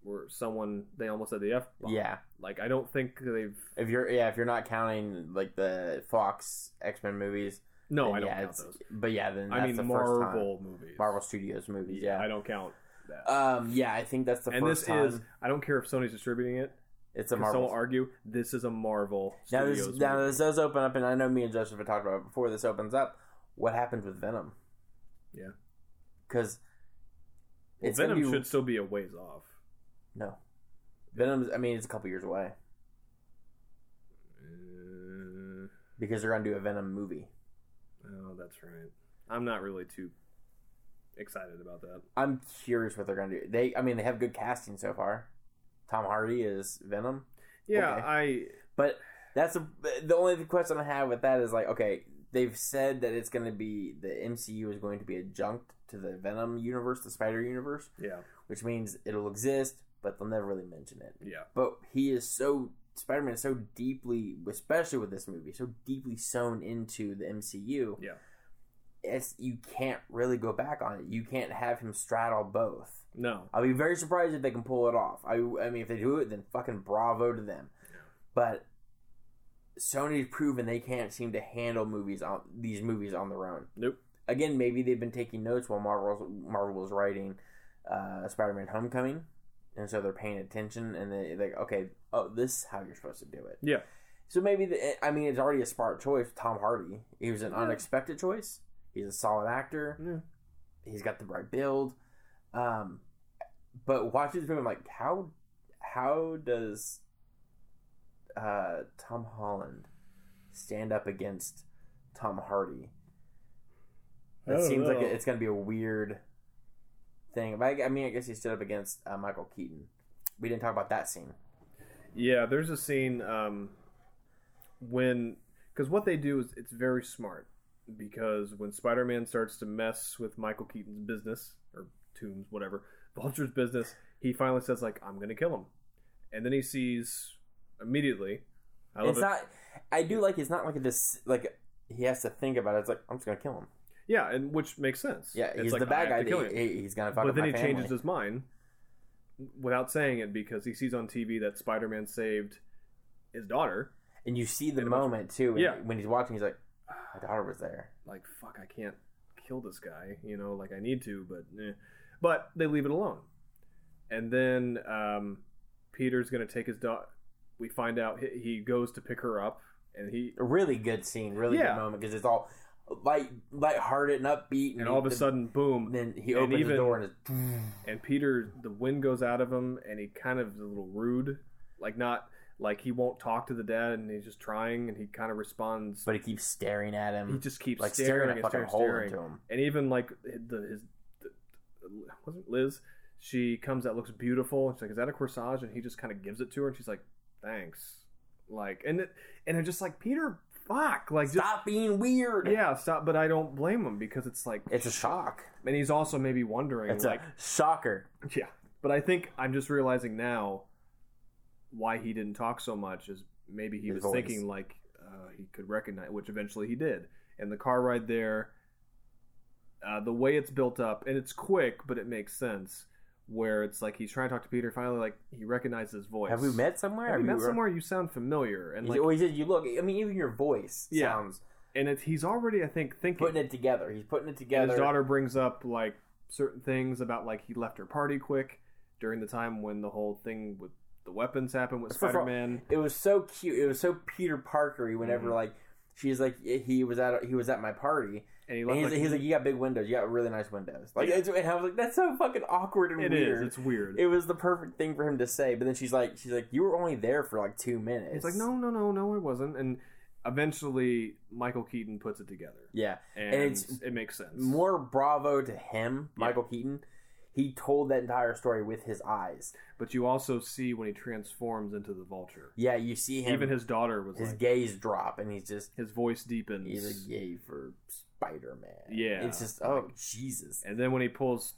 where someone they almost said the f bomb. Yeah, like I don't think they've. if you're yeah, if you're not counting like the Fox X Men movies, No, then I don't yeah, count it's- those. But yeah, then that's I mean the first time. Marvel movies. Marvel Studios movies. Yeah, Yeah, I don't count that. um, yeah, I think that's the and first this time. is I don't care if Sony's distributing it. it's a 'cause Some Marvel. will argue this is a Marvel now Studios this now movie. this does open up, and I know me and Joseph have talked about it before. This opens up. What happens with Venom? Yeah. because Well, it's gonna Venom be- should still be a ways off. no Venom's. I mean, it's a couple years away Uh, because they're gonna do a Venom movie. oh, that's right. I'm not really too excited about that. I'm curious what they're gonna do. They, I mean, they have good casting so far. Tom Hardy is Venom, Yeah, Okay. I but that's a, the only question I have with that is like, okay, they've said that it's gonna be the MCU is going to be adjunct to the Venom universe, the Spider Universe, yeah which means it'll exist, but they'll never really mention it. yeah. But he is so Spider Man is so deeply, especially with this movie, so deeply sewn into the MCU. Yeah. it's you can't really go back on it. You can't have him straddle both. No. I'll be very surprised if they can pull it off. I, I mean, if they do it, then fucking bravo to them. But Sony's proven they can't seem to handle movies on these movies on their own. Nope. Again, maybe they've been taking notes while Marvel Marvel was writing uh, Spider-Man: Homecoming, and so they're paying attention and they like, okay, oh, this is how you're supposed to do it. Yeah. So maybe the, I mean, it's already a smart choice. Tom Hardy, he was an Yeah. unexpected choice. He's a solid actor Yeah. he's got the right build. Um, but watching this movie, I'm like, how how does uh, Tom Holland stand up against Tom Hardy? I It don't seems like know. it- it's going to be a weird thing. But I, I mean, I guess he stood up against uh, Michael Keaton. We didn't talk about that scene. Yeah, there's a scene um, when because what they do is it's very smart because when Spider-Man starts to mess with Michael Keaton's business or Tombs, whatever Vulture's business, he finally says like, "I'm gonna kill him," and then he sees immediately. I love It's it. not. I do like it's not like a dis, like he has to think about it. It's like I'm just gonna kill him. yeah, and which makes sense. Yeah, It's he's like, the bad I have guy. to kill that him. he- he's gonna fuck but up then my he family. changes his mind without saying it because he sees on TV that Spider-Man saved his daughter. And you see the And a bunch of- moment too. Yeah. When he's watching, he's like, "My daughter was there." Like, fuck, I can't kill this guy. You know, like I need to, but eh. but they leave it alone. And then um, Peter's gonna take his daughter. We find out he, he goes to pick her up, and he A really good scene, really Yeah. good moment because it's all light, lighthearted and upbeat, and all of a the- sudden, boom, then he and opens the even- door and it's, and Peter, the wind goes out of him, and he kind of is a little rude, like not like he won't talk to the dad, and he's just trying, and he kind of responds. but he keeps staring at him, he just keeps like staring, staring, and a fucking staring, hole staring. into him. and even like the his the, wasn't Liz. She comes out looks beautiful. And she's like, "Is that a corsage?" And he just kind of gives it to her, and she's like, "Thanks." Like, and it, and I'm just like, Peter, fuck, like, just, Stop being weird. yeah, stop. But I don't blame him because it's like, It's a shock. and he's also maybe wondering, It's like, a shocker. yeah. But I think I'm just realizing now why he didn't talk so much is maybe he His was voice. thinking like uh, he could recognize, which eventually he did. And the car ride there, uh, the way it's built up, and it's quick, but it makes sense. Where it's like he's trying to talk to Peter, finally like he recognizes his voice. Have we met somewhere? Have we met were- somewhere? You sound familiar, and He's like, always says, "You look." I mean, even your voice Yeah. sounds and it's he's already I think thinking. putting it together. He's putting it And together. his daughter brings up like certain things about like he left her party quick during the time when the whole thing with the weapons happened with First of all, Spider Man. it was so cute. It was so Peter Parkery. Whenever Mhm. like she's like he was at he was at my party, And he and left he's, like, he's like you got big windows, you got really nice windows. Like Yeah. it's, and I was like that's so fucking awkward and it is, weird. it's weird. It was the perfect thing for him to say, but then she's like she's like you were only there for like two minutes. He's like, No, no, no, no, I wasn't and eventually Michael Keaton puts it together. yeah, And, it's it makes sense. more bravo to him, Yeah. Michael Keaton. He told that entire story with his eyes. But you also see when he transforms into the vulture. Yeah, you see him. Even his daughter was his like gaze drop, and he's just his voice deepens. he's a yay for Spider Man. Yeah. it's just oh Jesus. And then when he pulls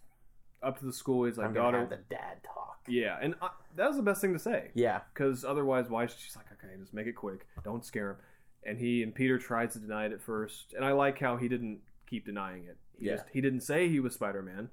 up to the school, he's like, I'm gonna "Daughter, have the dad talk. yeah." And I, that was the best thing to say Yeah, because otherwise, why? She's like, "Okay, just make it quick. Don't scare him." And he and Peter tried to deny it at first, and I like how he didn't keep denying it. He Yeah. just he didn't say he was Spider Man,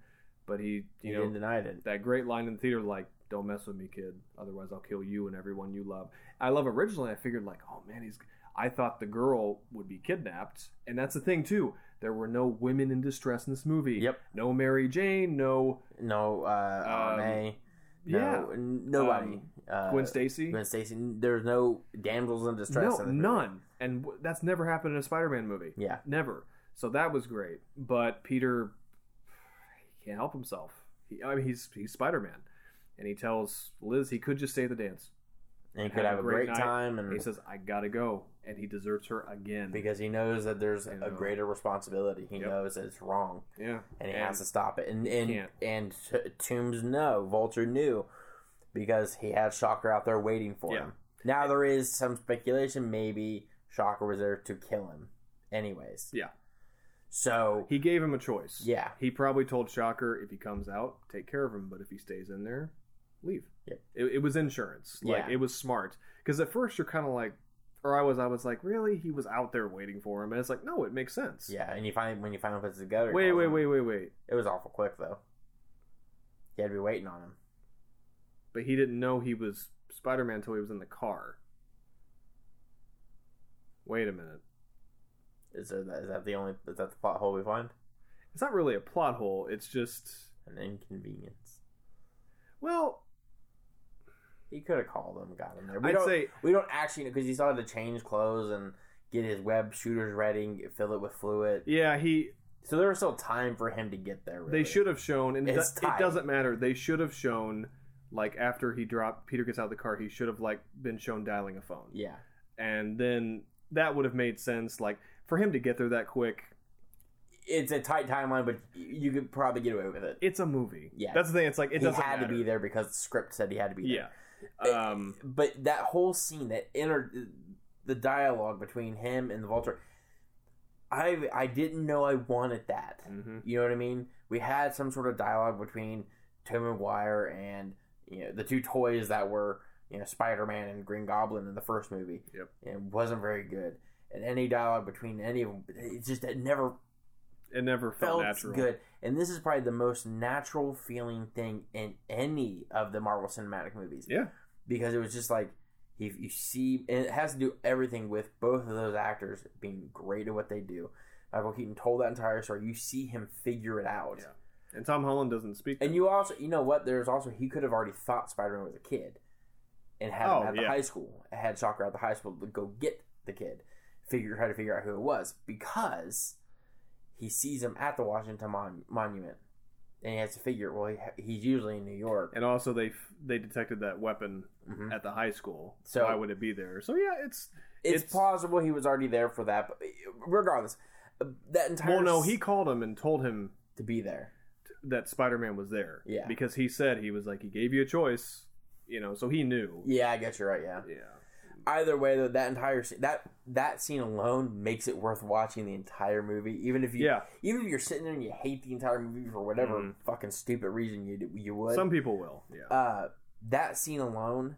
but he you you didn't know deny it. that great line in the theater like don't mess with me kid otherwise i'll kill you and everyone you love i love originally i figured like oh man he's i thought the girl would be kidnapped and that's the thing too there were no women in distress in this movie Yep. no mary jane no No, uh, Aunt Um, May. No, n- nobody. Um, uh, yeah gwen stacy Gwen Stacy. There's no damsels in distress. no in this movie. none and w- that's never happened in a spider-man movie Yeah, never so that was great but peter he can't help himself he, i mean he's he's spider-man and he tells liz he could just stay at the dance and he could have a great, night. time, He and says, "I gotta go," and he deserts her again. Mm-hmm. because he knows that there's I a know. greater responsibility. He Yep. knows that it's wrong, yeah, and he And- has to stop it. And and Can't. and T- Toombs no, Vulture knew because he had Shocker out there waiting for Yeah. him. Now there is some speculation maybe Shocker was there to kill him, anyways. Yeah. So he gave him a choice. yeah, he probably told Shocker if he comes out, take care of him, but if he stays in there, leave. Yep. It, it was insurance. Like Yeah. it was smart because at first you're kind of like, or I was, I was like, really? He was out there waiting for him, and it's like, no, it makes sense. yeah. And you finally when you finally puts it together, he Wait, calls wait, him. wait, wait, wait. It was awful quick though. He had to be waiting on him. But he didn't know he was Spider-Man until he was in the car. Wait a minute. Is there that, is that the only is that the plot hole we find? It's not really a plot hole. It's just, An inconvenience. well, He could have called him, got him there. We I'd don't, say we don't actually know because he started to change clothes and get his web shooters ready, fill it with fluid. Yeah, he. So there was still time for him to get there. Really. They should have shown, and it, It's do- it tight. doesn't matter. They should have shown, like after he dropped, Peter gets out of the car. He should have like been shown dialing a phone, Yeah, and then that would have made sense. Like for him to get there that quick, it's a tight timeline, but you could probably get away with it. it's a movie. Yeah. that's the thing. It's like it he doesn't had matter. to be there because the script said he had to be there. Yeah. Um. but that whole scene that inter the dialogue between him and the vulture i i didn't know i wanted that mhm. you know what i mean we had some sort of dialogue between tom mcguire and you know the two toys that were you know spider-man and green goblin in the first movie Yep. it wasn't very good and any dialogue between any of them it just it never It never felt felt, natural. good and this is probably the most natural feeling thing in any of the marvel cinematic movies Yeah. because it was just like if you see and it has to do everything with both of those actors being great at what they do michael keaton told that entire story you see him figure it out Yeah. And Tom Holland doesn't speak. and you also you know what there's also he could have already thought spider-man was a kid and had Oh, him at the yeah. high school had shocker at the high school to go get the kid figure try to figure out who it was because he sees him at the washington Mon- monument and he has to figure well he, he's usually in new york and also they f- they detected that weapon Mhm. at the high school. So- why would it be there? So yeah, it's it's, It's- plausible he was already there for that. But regardless, that entire well, no, s- he called him and told him to be there. that Spider-Man was there. Yeah. Because he said he was like he gave you a choice, you know, so he knew. Yeah, I guess you're right. Yeah. Yeah. Either way, though, that entire scene, that that scene alone makes it worth watching the entire movie. Even if you, Yeah. even if you're sitting there and you hate the entire movie for whatever Mhm. fucking stupid reason you you would, Some people will. Yeah. uh, that scene alone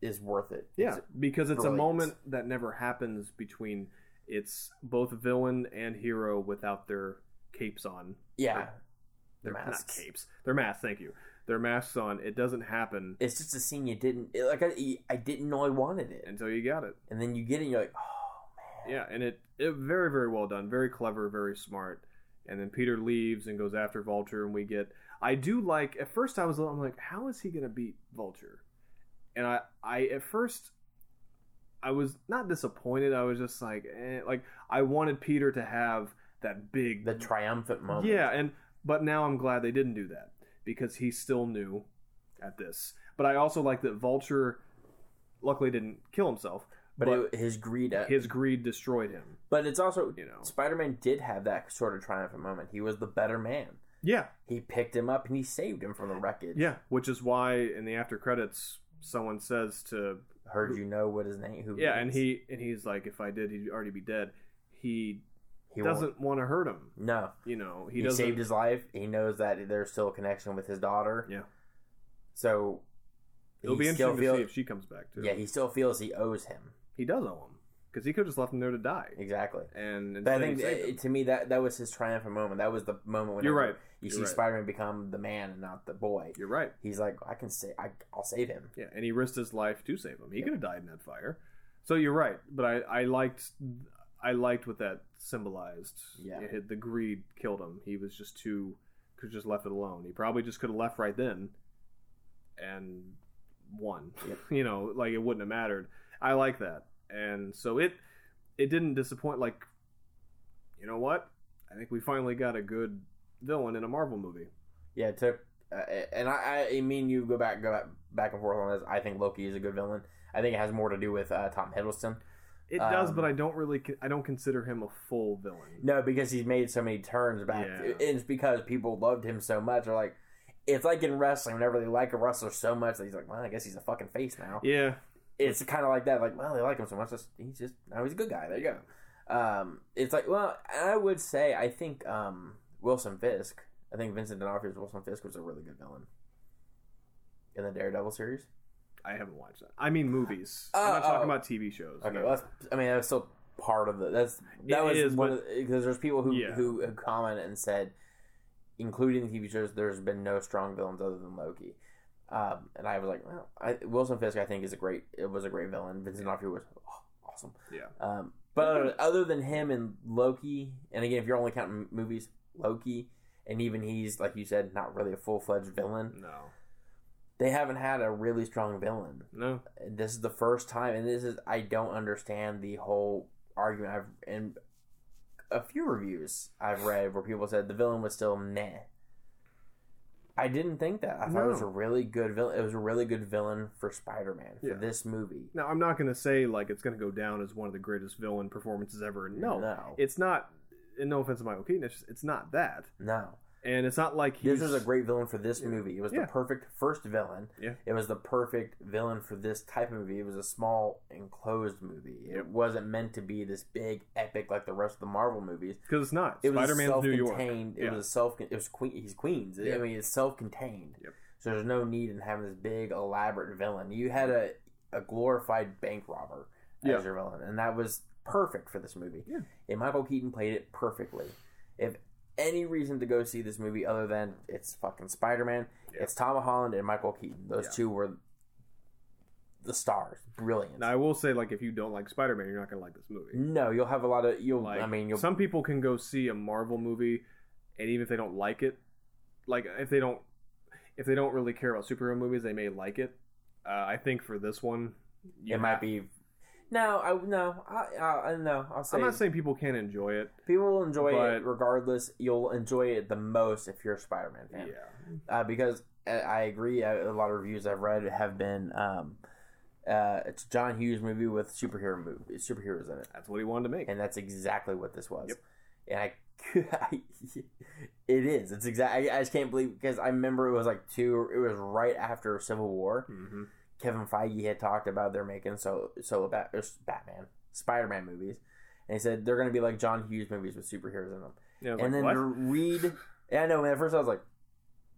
is worth it. yeah, It's- because it's brilliant. a moment that never happens between it's both villain and hero without their capes on. yeah. Their masks. not capes. Their masks, thank you. Their masks on. It doesn't happen It's just a scene you didn't it- like. I, I didn't know I wanted it, until you got it. and then you get it, and you're like, oh, Yeah, and it, it very very well done, very clever, very smart. And then Peter leaves and goes after Vulture, and we get. I do like. At first, I was a little- I'm like, how is he gonna beat Vulture? And I I at first, I was not disappointed. I was just like, eh, like I wanted Peter to have that big the triumphant moment. yeah, and but now I'm glad they didn't do that because he's still new at this. But I also like that Vulture, luckily didn't kill himself, but, but, it, his greed. uh, his greed destroyed him. but it's also You know, Spider Man did have that sort of triumphant moment. He was the better man. Yeah, He picked him up and he saved him from the wreckage. yeah. Which is why in the after credits, someone says to Heard you know what his name? Who? yeah, is. and he and he's like, if I did, he'd already be dead. He, He won't- doesn't want to hurt him. No, You know, he, he, doesn't. saved his life. He knows that there's still a connection with his daughter. Yeah. So It'll he be still interesting to feel- see if she comes back too. Yeah, he still feels he owes him he does owe him because he could have just left him there to die. exactly. And But I instead he think saved him. that, to me that that was his triumphant moment. That was the moment when You're right. You You're see right. Spider-Man become the man and not the boy. You're right. He's like, I can say, I, I'll save him. Yeah, and he risked his life to save him. He could have died in that fire. So you're right, but I, I liked I liked what that symbolized. Yeah. It had- the greed killed him. He was just too could just left it alone. He probably just could have left right then and won. Yep. you know, like it wouldn't have mattered. I like that. And so it it didn't disappoint like you know what? I think we finally got a good villain in a Marvel movie. Yeah, it took. Uh, and I, I, I mean, you go back, go back, back and forth on this. I think Loki is a good villain. I think it has more to do with uh, Tom Hiddleston. It does, Um, but I don't really con- I don't consider him a full villain. No, because he's made so many turns back. Yeah. And It's because people loved him so much. They're like, it's like in wrestling. Whenever they like a wrestler so much, that he's like, well, I guess he's a fucking face now. Yeah. It's kind of like that. Like, well, they like him so much. that's- He's just now he's a good guy. There you go. Um, it's like, well, I would say I think um, Wilson Fisk. I think Vincent D'Onofrio's Wilson Fisk was a really good villain in the Daredevil series. I haven't watched that. I mean movies. Oh, I'm not talking oh. about TV shows. Okay, no. well, that's, I mean that's still part of the that's that It was is, one but- because there's people who Yeah. who have commented and said, including the TV shows, there's been no strong villains other than Loki. Um, and I was like, well, I, Wilson Fisk, I think is a great. It was a great villain. Vincent D'Onofrio was oh, awesome. Yeah. Um, but other, other than him and Loki, and again, if you're only counting movies, Loki, and even he's like you said, not really a full fledged villain. no. They haven't had a really strong villain No. this is the first time and this is i don't understand the whole argument i've and a few reviews i've read where people said the villain was still meh i didn't think that i thought it was a No. really good villain it was a really good villain for spider-man for Yeah. this movie Now I'm not gonna say like it's gonna go down as one of the greatest villain performances ever. No. no It's not and no offense to Michael Keaton, it's just, it's not that. no And it's not like he's this was a great villain for this movie it was the Yeah. perfect first villain Yeah. it was the perfect villain for this type of movie it was a small enclosed movie it Yep. wasn't meant to be this big epic like the rest of the marvel movies because it's not. it was Spider Man's New York. self-contained. It Yeah. was a self. It was Queen. He's Queens. I Yeah. mean, it's self-contained. Yep. So there's no need in having this big elaborate villain. You had a a glorified bank robber as Yeah. your villain, and that was perfect for this movie. Yeah. And Michael Keaton played it perfectly. If any reason to go see this movie other than it's fucking Spider-Man, Yeah. it's Tom Holland and Michael Keaton. Those Yeah. two were the stars. Brilliant. Now I will say like if you don't like Spider Man, you're not gonna like this movie. no, you'll have a lot of you'll. Like I mean, you'll some people can go see a Marvel movie and even if they don't like it, like if they don't if they don't really care about superhero movies, they may like it. Uh, I think for this one, you it might have- be. No, I no, I, I, I no. I'll say I'm not saying people can't enjoy it. people will enjoy it but- regardless. You'll enjoy it the most if you're a Spider-Man Yeah, fan, uh, because I, I agree. I, a lot of reviews I've read have been um, uh, it's a John Hughes movie with superhero movie, superheroes in it, that's what he wanted to make. and that's exactly what this was. Yep. And I, I, it is. It's exactly. I just can't believe because I remember it was like two. It was right after Civil War. hmm Kevin Feige had talked about they're making so so Bat, or Batman, Spider Man movies, and he said they're going to be like John Hughes movies with superheroes in them. Yeah, I was And like, then what? to read, yeah, I know. man, At first, I was like,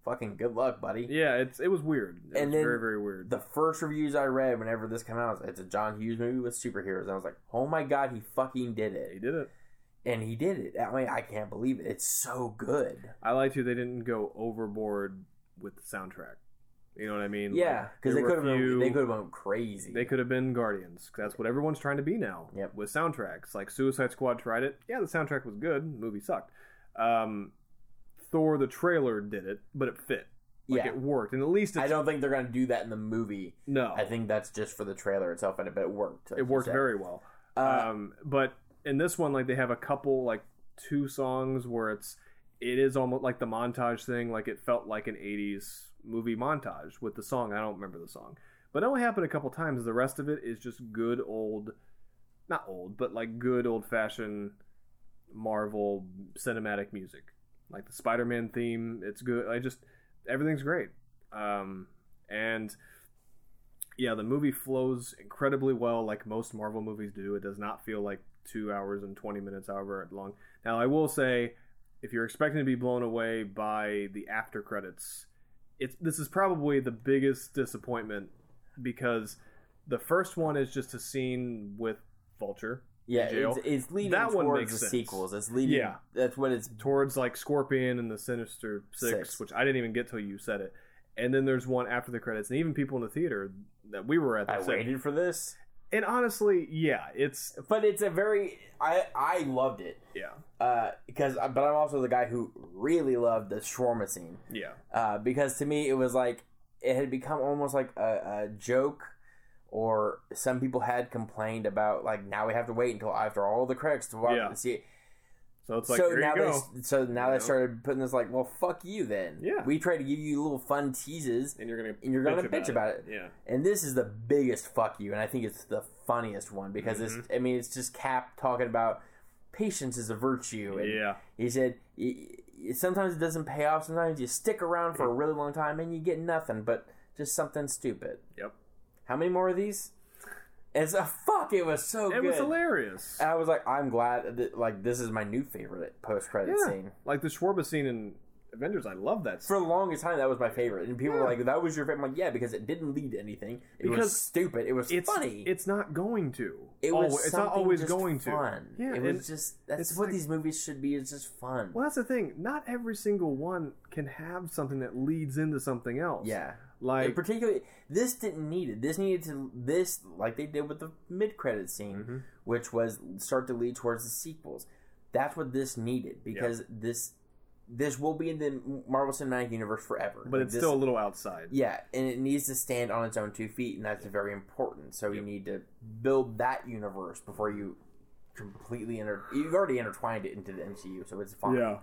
"Fucking good luck, buddy." yeah, it's it was weird. It And was then very very weird. The first reviews I read whenever this came out, it's a John Hughes movie with superheroes, and I was like, "Oh my god, he fucking did He it!" did it. And he did it. I mean, I can't believe it. It's so good. I like to. They didn't go overboard with the soundtrack. You know what I mean? Yeah, Like, because there they were could have a been few- they could have been crazy. They could have been Guardians. 'cause That's what everyone's trying to be now. Yep. With soundtracks, like Suicide Squad tried it. Yeah, the soundtrack was good. The movie sucked. Um, Thor the trailer did it, but it fit. Like yeah, it worked, and at least it's, I don't think they're going to do that in the movie. No, I think that's just for the trailer itself, and it, but it worked. like it you worked said. very well. Uh, um, but in this one, like they have a couple, like two songs where it's it is almost like the montage thing. Like it felt like an '80s movie montage with the song. I don't remember the song, but it only happened a couple times. The rest of it is just good old, not old, but like good old fashioned Marvel cinematic music. like the Spider-Man theme. It's good. I just everything's great. Um, and yeah, the movie flows incredibly well, like most Marvel movies do. It does not feel like two hours and twenty minutes, however long. Now, I will say, if you're expecting to be blown away by the after credits, it's this is probably the biggest disappointment because the first one is just a scene with Vulture. Yeah, jail. it's, it's leading That one towards makes the sense. sequels. It's leading. Yeah. that's what it's. towards like Scorpion and the Sinister Six, Six. which I didn't even get till you said it. And then there's one after the credits, and even people in the theater that we were at I that said- waited for this, And honestly, yeah, it's but it's a very. I I loved it yeah, uh, because, but I'm also the guy who really loved the shawarma scene. yeah, uh, because to me it was like it had become almost like a, a joke or some people had complained about like now we have to wait until after all the credits to watch Yeah. to see it. So it's like so, here now you they, go. s- so now they know? started putting this like well fuck you then Yeah. we try to give you little fun teases and you're gonna and you're gonna bitch about it. Yeah, and this is the biggest fuck you and I think it's the funniest one because it's Mm-hmm. I mean it's just Cap talking about patience is a virtue and yeah, he said, "Y- y- "Sometimes it doesn't pay off. Sometimes you stick around Mm. for a really long time and you get nothing, but just something stupid." yep. How many more of these? It's a fuck. It was so It good. Uh, was hilarious. And I was like, "I'm glad." That, like this is my new favorite post credit Yeah. scene. Like the Schwarba scene in Avengers, I love that. Scene. For the longest time, that was my favorite, and people were Yeah. like, "That was your favorite." I'm like, "Yeah," because it didn't lead to anything. It was Because stupid. It was It's funny. It's not going to. it was. Alwa- it's not something always just going fun. to. Yeah, it was and- just. That's it's what like- these movies should be. It's just fun. Well, that's the thing. Not every single one can have something that leads into something else. Yeah. Like, In particularly, this didn't need it. This needed to this like they did with the mid credit scene, Mm-hmm. which was start to lead towards the sequels. That's what this needed because this this will be in the Marvel Cinematic Universe forever. but Like, it's this- still a little outside. yeah, and it needs to stand on its own two feet, and that's very important. So you need to build that universe before you completely inter. You've already intertwined it into the MCU, so it's fine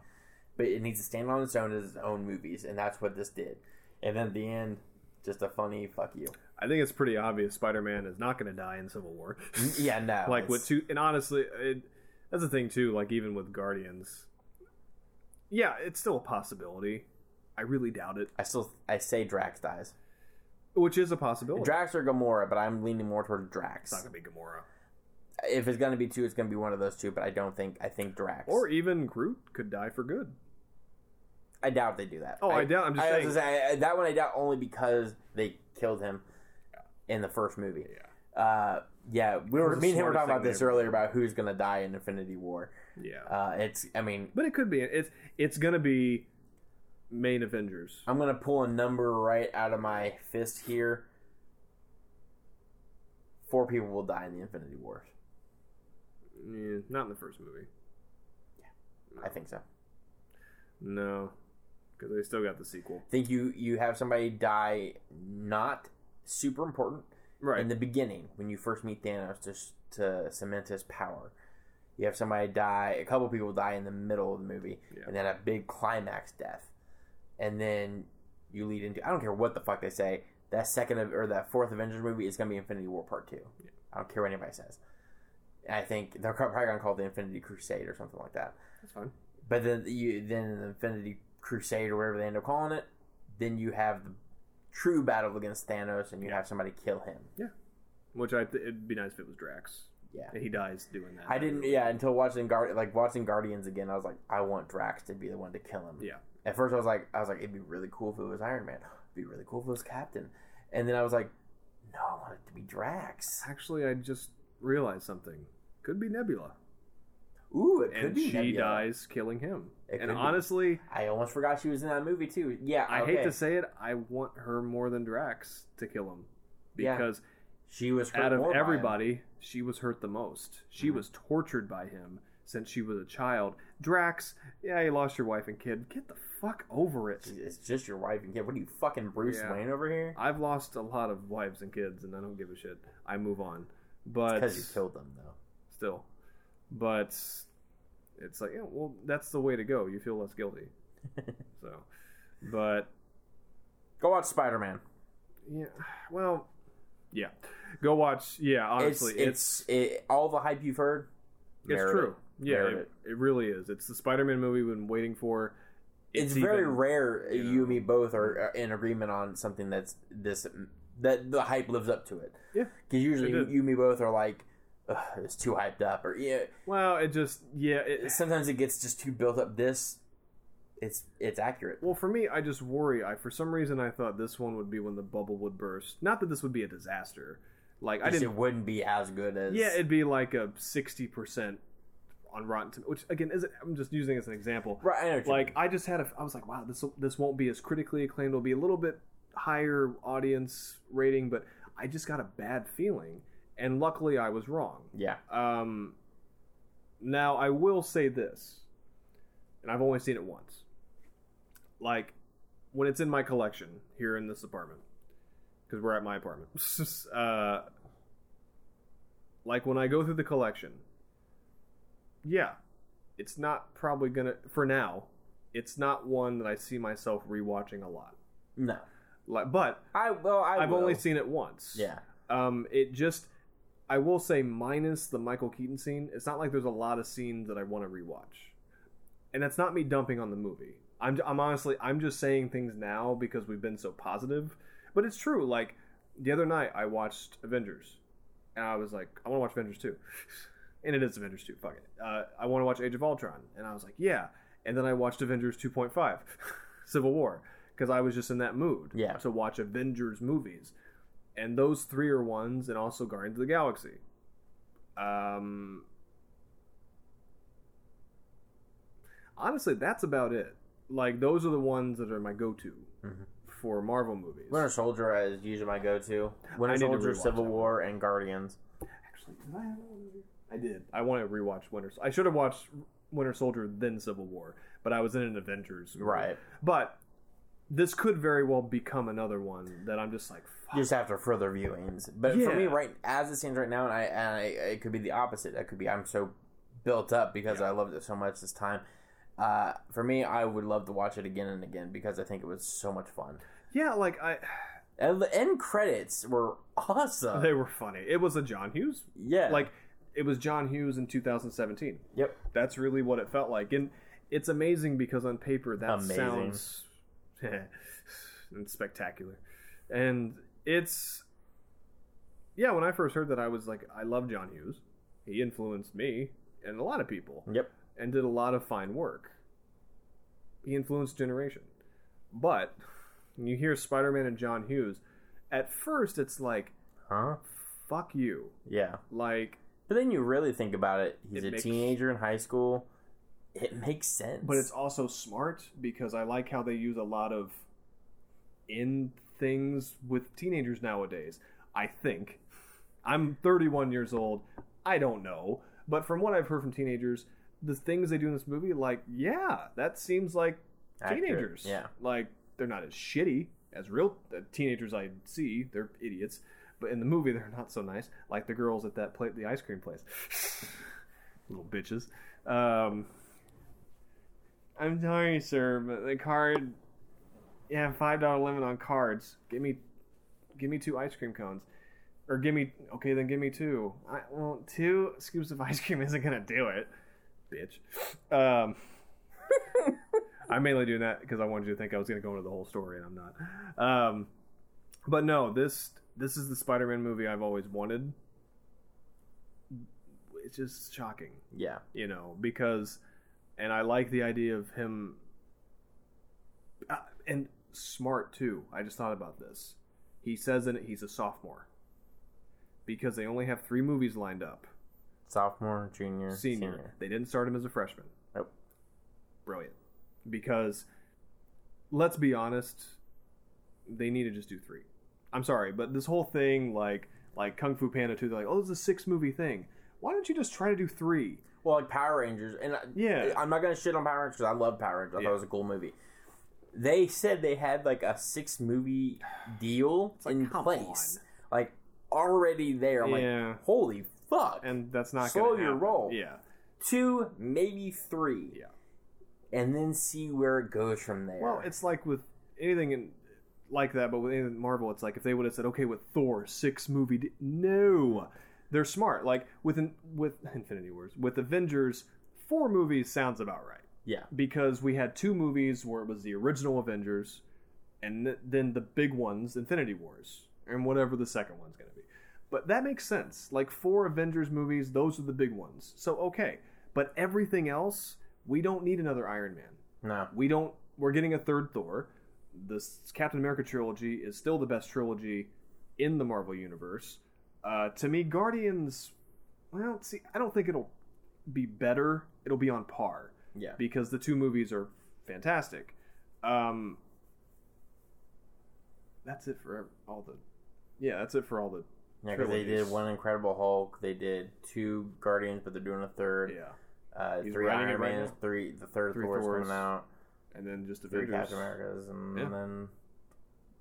but it needs to stand on its own as its own movies, and that's what this did. And then at the end, just a funny fuck you. I think it's pretty obvious Spider-Man is not going to die in Civil War. Yeah, no. like it's- with two, and honestly, it, that's the thing too. Like even with Guardians, yeah, it's still a possibility. I really doubt it, I still I say Drax dies. which is a possibility. Drax or Gamora, but I'm leaning more toward Drax. it's Oh. not going to be Gamora, If it's gonna be two, it's gonna be one of those two. But I don't think I think Drax. or even Groot could die for good. I doubt they do that. Oh, I doubt- I'm just I was saying. gonna say, I- that one I doubt only because they killed him in the first movie. Yeah. Uh, yeah, we were was the me and him were smartest talking about thing this they ever earlier about who's gonna die in Infinity War. Yeah, Uh, it's I mean but it could be. It's it's going to be main Avengers. I'm gonna pull a number right out of my fist here. Four people will die in the Infinity War. Yeah, not in the first movie. I think so. No, because they still got the sequel. Think you you have somebody die not super important Right. in the beginning when you first meet Thanos to s- to cement his power. You have somebody die, a couple people die in the middle of the movie, Yeah. and then a big climax death, and then you lead into I don't care what the fuck they say. That second of, or that fourth Avengers movie is gonna be Infinity War Part Two. I don't care what anybody says. And I think they're probably gonna call it the Infinity Crusade or something like that. that's fine. But then you then the Infinity Crusade or whatever they end up calling it, then you have the true battle against Thanos, and you have somebody kill him. Which I th- it'd be nice if it was Drax. Yeah. And he dies doing that. I didn't, yeah, until watching Guard, like watching Guardians again, I was like, I want Drax to be the one to kill him. Yeah. At first, I was like, I was like, it'd be really cool if it was Iron Man. It'd be really cool if it was Captain. And then I was like, no, I want it to be Drax. Actually, I just realized something. Could be Nebula, Ooh, it could and be she Nebula. dies killing him. It could and be. honestly, I almost forgot she was in that movie too. Yeah, I okay. hate to say it, I want her more than Drax to kill him Yeah. because She was hurt out of more by him. Mm-hmm. everybody, she was hurt the most. She was tortured by him since she was a child. Drax, yeah, you lost your wife and kid. Get the fuck over it. It's just your wife and kid. What are you fucking Bruce Yeah. Uh, Wayne over here? I've lost a lot of wives and kids, and I don't give a shit. I move on, but Because you killed them though. still, but it's like, yeah, well, that's the way to go. You feel less guilty. so, but Go watch Spider Man. yeah, well, yeah, go watch. Yeah, It's honestly, it's, it, all the hype you've heard. It's merit true. it. Yeah, Merit it, it really is. It's the Spider-Man movie we've been waiting for. it's, even- very rare you you, know. and me both are uh, in agreement on something that's this that the hype lives up to it. Yeah. because usually It you, did. you and me both are like, Ugh, it's too hyped up, or yeah. Well, it just yeah. It, Sometimes it gets just too built up. This, it's it's accurate. well, for me, I just worry. I for some reason I thought this one would be when the bubble would burst. Not that this would be a disaster. Like I Just didn't. It wouldn't be as good as Yeah, it'd be like a sixty percent on Rotten Tomatoes, which again is I'm just using as an example. right. I know what you Like I just had a I was like, wow, this this won't be as critically acclaimed. It'll be a little bit higher audience rating, but I just got a bad feeling, and luckily I was wrong. mean. yeah. Um, now I will say this, and I've only seen it once. Like when it's in my collection here in this apartment, because we're at my apartment. uh, like when I go through the collection, yeah, it's not probably gonna for now. It's not one that I see myself rewatching a lot. No, Like, but I well I I've only will. seen it once. yeah. Um, it just, I will say, minus the Michael Keaton scene, it's not like there's a lot of scenes that I want to rewatch, and that's not me dumping on the movie. I'm, I'm honestly, I'm just saying things now because we've been so positive, but it's true. Like the other night, I watched Avengers, and I was like, I want to watch Avengers two, and it is Avengers two. Fuck it, uh, I want to watch Age of Ultron, and I was like, yeah, and then I watched Avengers two point five, Civil War, because I was just in that mood Yeah. to watch Avengers movies and those three are ones, and also Guardians of the Galaxy. Um, honestly, that's about it. Like those are the ones that are my go-to Mhm. for Marvel movies. Winter Soldier is usually my go-to. Winter I need to Soldier, rewatch Civil that War, and Guardians. Actually, did I have I did. I want to rewatch Winter. Sol- I should have watched Winter Soldier then Civil War, but I was in an Avengers. mood. Right. But this could very well become another one that I'm just like, You fuck. just after further viewings. But for me, Yeah. right as it stands right now, and I, and I it could be the opposite. It could be I'm so built up because I loved it so much this time. Uh, for me, I would love to watch it again and again because I think it was so much fun. yeah, like I. And the end credits were awesome. They were funny. It was a John Hughes yeah, like it was John Hughes in 2017. yep, That's really what it felt like, and it's amazing because on paper that Amazing. sounds and spectacular, and it's yeah. When I first heard that, I was like, I love John Hughes. He influenced me and a lot of people, yep. and did a lot of fine work. He influenced a generation, but when you hear Spider-Man and John Hughes, at first it's like, Huh? fuck you, Yeah. like But then you really think about it. He's It a makes- teenager in high school. It makes sense. but it's also smart because I like how they use a lot of in things with teenagers nowadays. I think I'm 31 years old. I don't know, but from what I've heard from teenagers, the things they do in this movie, like yeah, that seems like Accurate. teenagers. Yeah. like they're not as shitty as real uh, teenagers I see. They're idiots, but in the movie they're not so nice. Like the girls at that pla the ice cream place, little bitches. Um, I'm sorry, sir, but the card. Yeah, five dollar limit on cards. Give me, give me two ice cream cones, or give me okay, then give me two. I well, two scoops of ice cream isn't gonna do it, bitch. Um, I'm mainly doing that because I wanted you to think I was gonna go into the whole story, and I'm not. Um, but no, this this is the Spider-Man movie I've always wanted. It's just shocking yeah. you know, because, and I like the idea of him, uh, and smart too. I just thought about this. He says in it he's a sophomore because they only have three movies lined up. Sophomore, junior, Senior. senior. They didn't start him as a freshman. Nope. Brilliant. Because, let's be honest, they need to just do three. I'm sorry, but this whole thing, like like Kung Fu Panda 2, they're like, oh, this is a six movie thing. Why don't you just try to do three? Well, like Power Rangers, and I- Yeah. I'm not gonna shit on Power Rangers. 'cause I love Power Rangers. I thought Yeah. it was a cool movie. They said they had like a six movie deal like, in come place, like already there. I'm Yeah. like, holy fuck! and that's not Slow gonna your happen. roll. Yeah, Two, maybe three, Yeah. and then see where it goes from there. well, it's like with anything in like that, but with anything in Marvel, it's like if they would have said, okay, with Thor six movie, di-, no, they're smart. Like with in, with Infinity Wars, with Avengers, four movies sounds about right. Yeah. because we had two movies where it was the original Avengers, and th- then the big ones, Infinity Wars, and whatever the second one's going to be. But that makes sense. Like four Avengers movies, those are the big ones. So okay, but everything else, we don't need another Iron Man. No. We don't. We're getting a third Thor. This Captain America trilogy is still the best trilogy in the Marvel universe. Uh, to me, Guardians. Well, see, I don't think it'll be better. It'll be on par Yeah. because the two movies are fantastic. Um, that's it for ev- all the. Yeah, that's it for all the. Yeah, because they did trilogies. one Incredible Hulk, they did two Guardians, but they're doing a third. Yeah, Uh, He's three writing it Iron right Mans, now. three the third Three Thor's Thors. coming out, and then just three Avengers. Captain Americas, and Yeah. then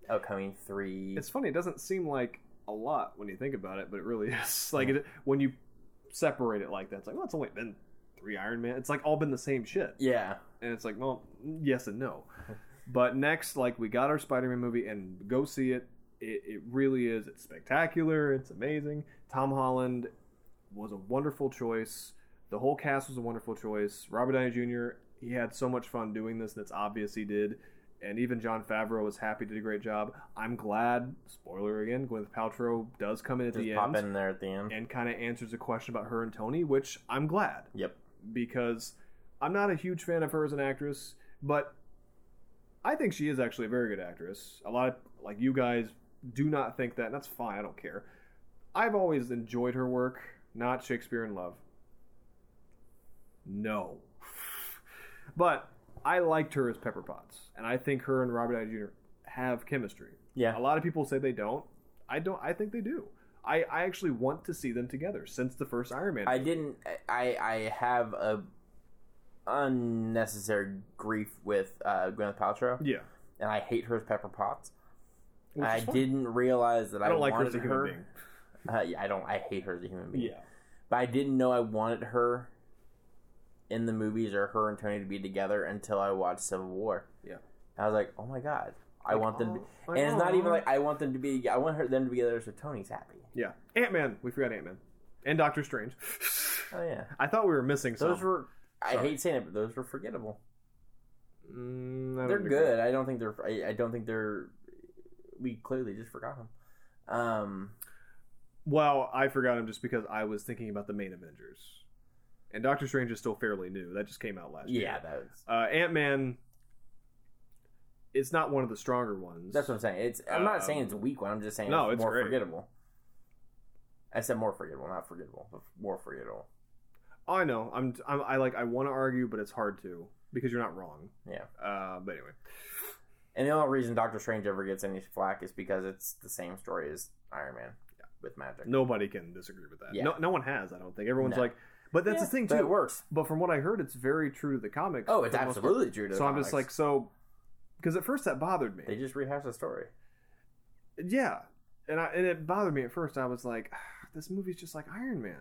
upcoming three. It's funny. It doesn't seem like a lot when you think about it, but it really is. Like it, when you separate it like that, it's like, well, it's only been three Iron Man. It's like all been the same shit, yeah, and it's like, well, yes and no. But next, like we got our Spider-Man movie, and go see it. It, it really is. It's spectacular. It's amazing. Tom Holland was a wonderful choice. The whole cast was a wonderful choice. Robert Downey Jr. He had so much fun doing this. That's obvious he did. And even John Favreau was happy. Did a great job. I'm glad. Spoiler again. Gwyneth Paltrow does come in at just the pop end in there at the end. and kind of answers a question about her and Tony, which I'm glad Yep. because I'm not a huge fan of her as an actress, but I think she is actually a very good actress. A lot of like you guys do not think that, and that's fine. I don't care. I've always enjoyed her work, not Shakespeare in Love. No, but I liked her as Pepper Potts, and I think her and Robert Downey Jr. have chemistry. Yeah. A lot of people say they don't. I don't. I think they do. I, I actually want to see them together since the first Iron Man. I movie. didn't. I I have a unnecessary grief with uh, Gwyneth Paltrow, Yeah, and I hate her as Pepper Potts. Which I is fine. didn't realize that I, I don't like her wanted as a human her. being. Uh, yeah, I don't. I hate her as a human being. Yeah. But I didn't know I wanted her in the movies or her and Tony to be together until I watched Civil War. Yeah. I was like, oh my god, I Like, want them. To be... aw, And it's not even aw. like I want them to be. I want her them to be together so Tony's happy. Yeah. Ant Man. We forgot Ant Man. And Doctor Strange. Oh yeah, I thought we were missing some. those were. I Sorry. hate saying it, but those were forgettable. Mm, I They're don't agree. good. I don't think they're. I, I don't think they're. We clearly just forgot them. Um, Well, I forgot him just because I was thinking about the main Avengers. And Doctor Strange is still fairly new. That just came out last yeah, year. that was. Uh, Ant Man. It's not one of the stronger ones. That's what I'm saying. It's. I'm not saying Um, it's a weak one. I'm just saying no, it's, it's more great. forgettable. I said more forgettable, not forgettable, but more forgettable. Oh, I know. I'm, I'm. I like. I want to argue, but it's hard to because you're not wrong. Yeah. Uh, but anyway. And the only reason Doctor Strange ever gets any flack is because it's the same story as Iron Man with magic. Nobody can disagree with that. Yeah. No, no one has. I don't think everyone's No. like. But that's Yeah, the thing but too. It works. But from what I heard, it's very true to the comics. Oh, it's for the most part. absolutely true. To the So I'm just like comics. so, because at first that bothered me. they just rehash the story. yeah, and I, and it bothered me at first. I was like, "Ah, this movie's just like Iron Man,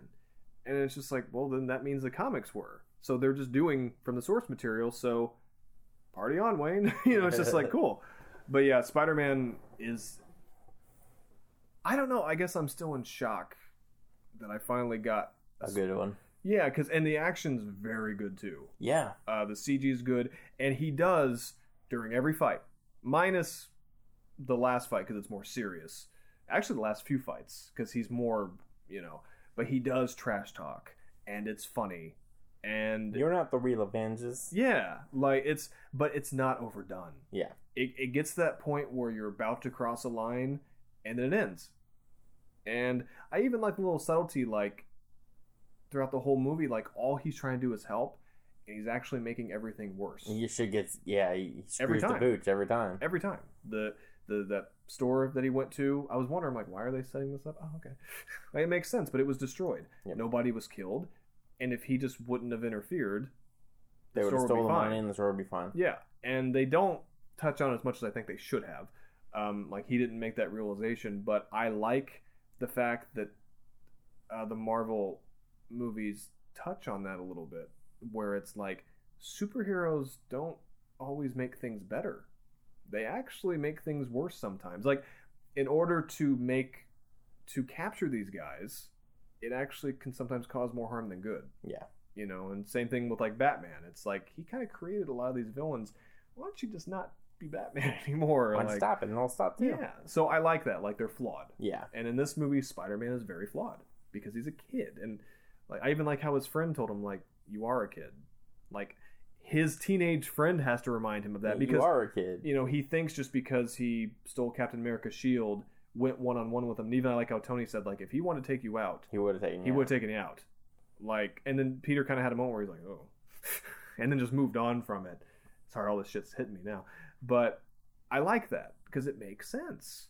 and it's just like, well, then that means the comics were. So they're just doing from the source material. So party on, Wayne. you know, it's just like cool. But yeah, Spider Man is. I don't know. I guess I'm still in shock that I finally got. A good one. Yeah, because and the action's very good too. Yeah. Uh, the CG is good, and he does during every fight, minus the last fight because it's more serious. Actually, the last few fights because he's more, you know. But he does trash talk, and it's funny, and You're not the real Avengers. yeah, like it's, but it's not overdone. Yeah. It it gets to that point where you're about to cross a line, and then it ends. And I even like the little subtlety, like throughout the whole movie, like all he's trying to do is help, and he's actually making everything worse. You should get. Yeah. He Every screws the time. booch every time. every time the the that store that he went to i was wondering like why are they setting this up oh okay like, it makes sense but it was destroyed Yep. nobody was killed and if he just wouldn't have interfered They the would have store would stole be the fine. money, and the store would be fine. yeah and they don't touch on it as much as i think they should have um, like he didn't make that realization but i like the fact that uh, the marvel movies touch on that a little bit where it's like superheroes don't always make things better they actually make things worse sometimes like in order to make to capture these guys it actually can sometimes cause more harm than good Yeah. you know and same thing with like batman it's like he kind of created a lot of these villains why don't you just not be batman anymore One Like, stop it and I'll stop too. yeah so i like that like they're flawed Yeah. and in this movie spider-man is very flawed because he's a kid and like i even like how his friend told him like you are a kid like his teenage friend has to remind him of that because you are a kid. you know, he thinks just because he stole Captain America's shield, went one on one with him. And even I like how Tony said, like, if he wanted to take you out, He would have taken. he you would out. have taken you out. Like, and then Peter kind of had a moment where he's like, oh, and then just moved on from it. Sorry, all this shit's hitting me now, but I like that because it makes sense.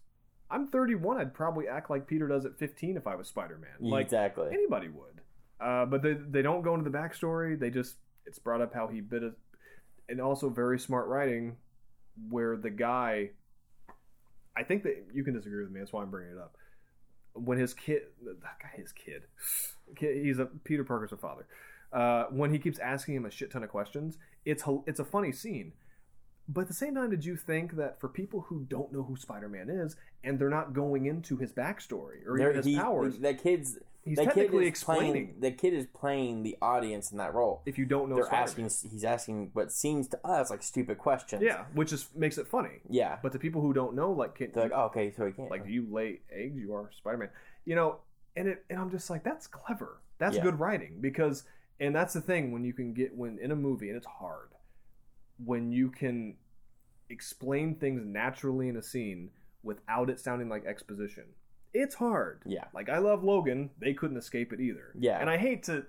I'm 31. I'd probably act like Peter does at 15 if I was Spider Man. Like, exactly. Anybody would. Uh, but they they don't go into the backstory. They just it's brought up how he bit a, and also very smart writing, where the guy. I think that you can disagree with me. That's why I'm bringing it up. When his kid, that guy, his kid, Kid- he's a Peter Parker's a father. Uh, when he keeps asking him a shit ton of questions, it's hil- it's a funny scene. But at the same time, did you think that for people who don't know who Spider-Man is and they're not going into his backstory or There- even his he- powers, The kid's. he's the kid technically is explaining Playing, the kid is playing the audience in that role. if you don't know They're Spider-Man. asking. He's asking what seems to us like stupid questions. yeah which is makes it funny Yeah. but to people who don't know like can They're like, oh, okay, so he can't. like do you lay eggs you are spider-man you know and it and i'm just like that's clever that's Yeah. good writing because and that's the thing when you can get when in a movie and it's hard when you can explain things naturally in a scene without it sounding like exposition it's hard yeah. like i love logan they couldn't escape it either Yeah. and i hate to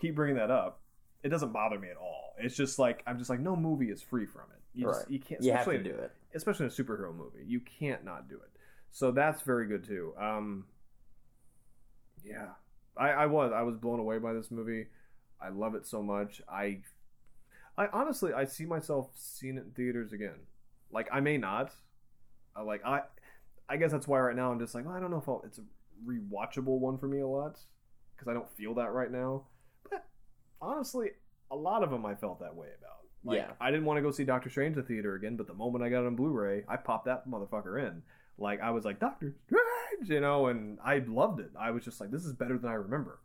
keep bringing that up it doesn't bother me at all it's just like i'm just like no movie is free from it you, just, Right. you can't You have especially to do it. especially in a superhero movie you can't not do it so that's very good too um yeah i i was i was blown away by this movie i love it so much i i honestly i see myself seeing it in theaters again like i may not I, like i i guess that's why right now i'm just like well, i don't know if I'll, it's a rewatchable one for me a lot because i don't feel that right now but honestly a lot of them i felt that way about like, Yeah. i didn't want to go see doctor strange in the theater again but the moment i got it on blu-ray i popped that motherfucker in like i was like doctor strange you know and i loved it i was just like this is better than i remember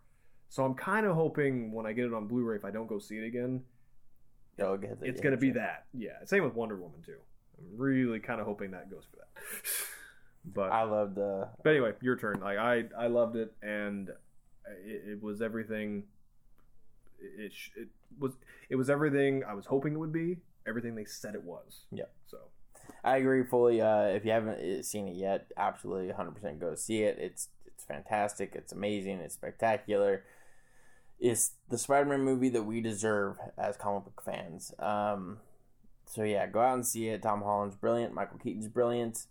so i'm kind of hoping when i get it on blu-ray if i don't go see it again They'll get the it's going to be attention. that. Yeah. Same with Wonder Woman too. I'm really kind of hoping that goes for that. but I love the. but anyway, your turn. Like I I loved it and it, it was everything. It, it sh- it was it was everything I was hoping it would be. Everything they said it was. Yep. So I agree fully. Uh, if you haven't uh, seen it yet, absolutely 100% go see it. It's it's fantastic. It's amazing. It's spectacular. It's the Spider-Man movie that we deserve as comic book fans. Um, so yeah, go out and see it. Tom Holland's brilliant. Michael Keaton's brilliant.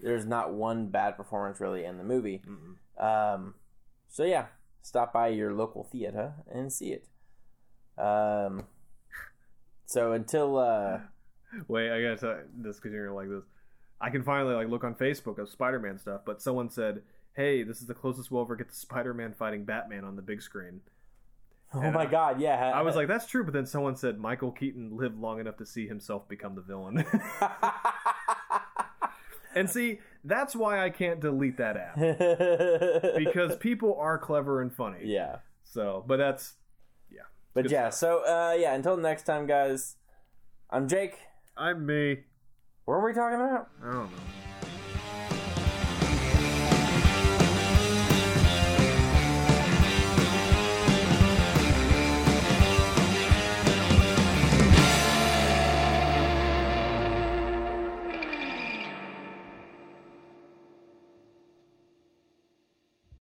There's not one bad performance really in the movie. mm Um, so yeah, stop by your local theater and see it. Um, so until uh, wait, I gotta tell you this because you're gonna like this. I can finally like look on Facebook of Spider-Man stuff, but someone said, "Hey, this is the closest we'll ever get to Spider-Man fighting Batman on the big screen." oh And my I- god, yeah, I was like, that's true, but then someone said Michael Keaton lived long enough to see himself become the villain. and see, that's why I can't delete that app because people are clever and funny. yeah So, but that's but good yeah so uh yeah until next time guys i'm jake I'm me. what are we talking about I don't know.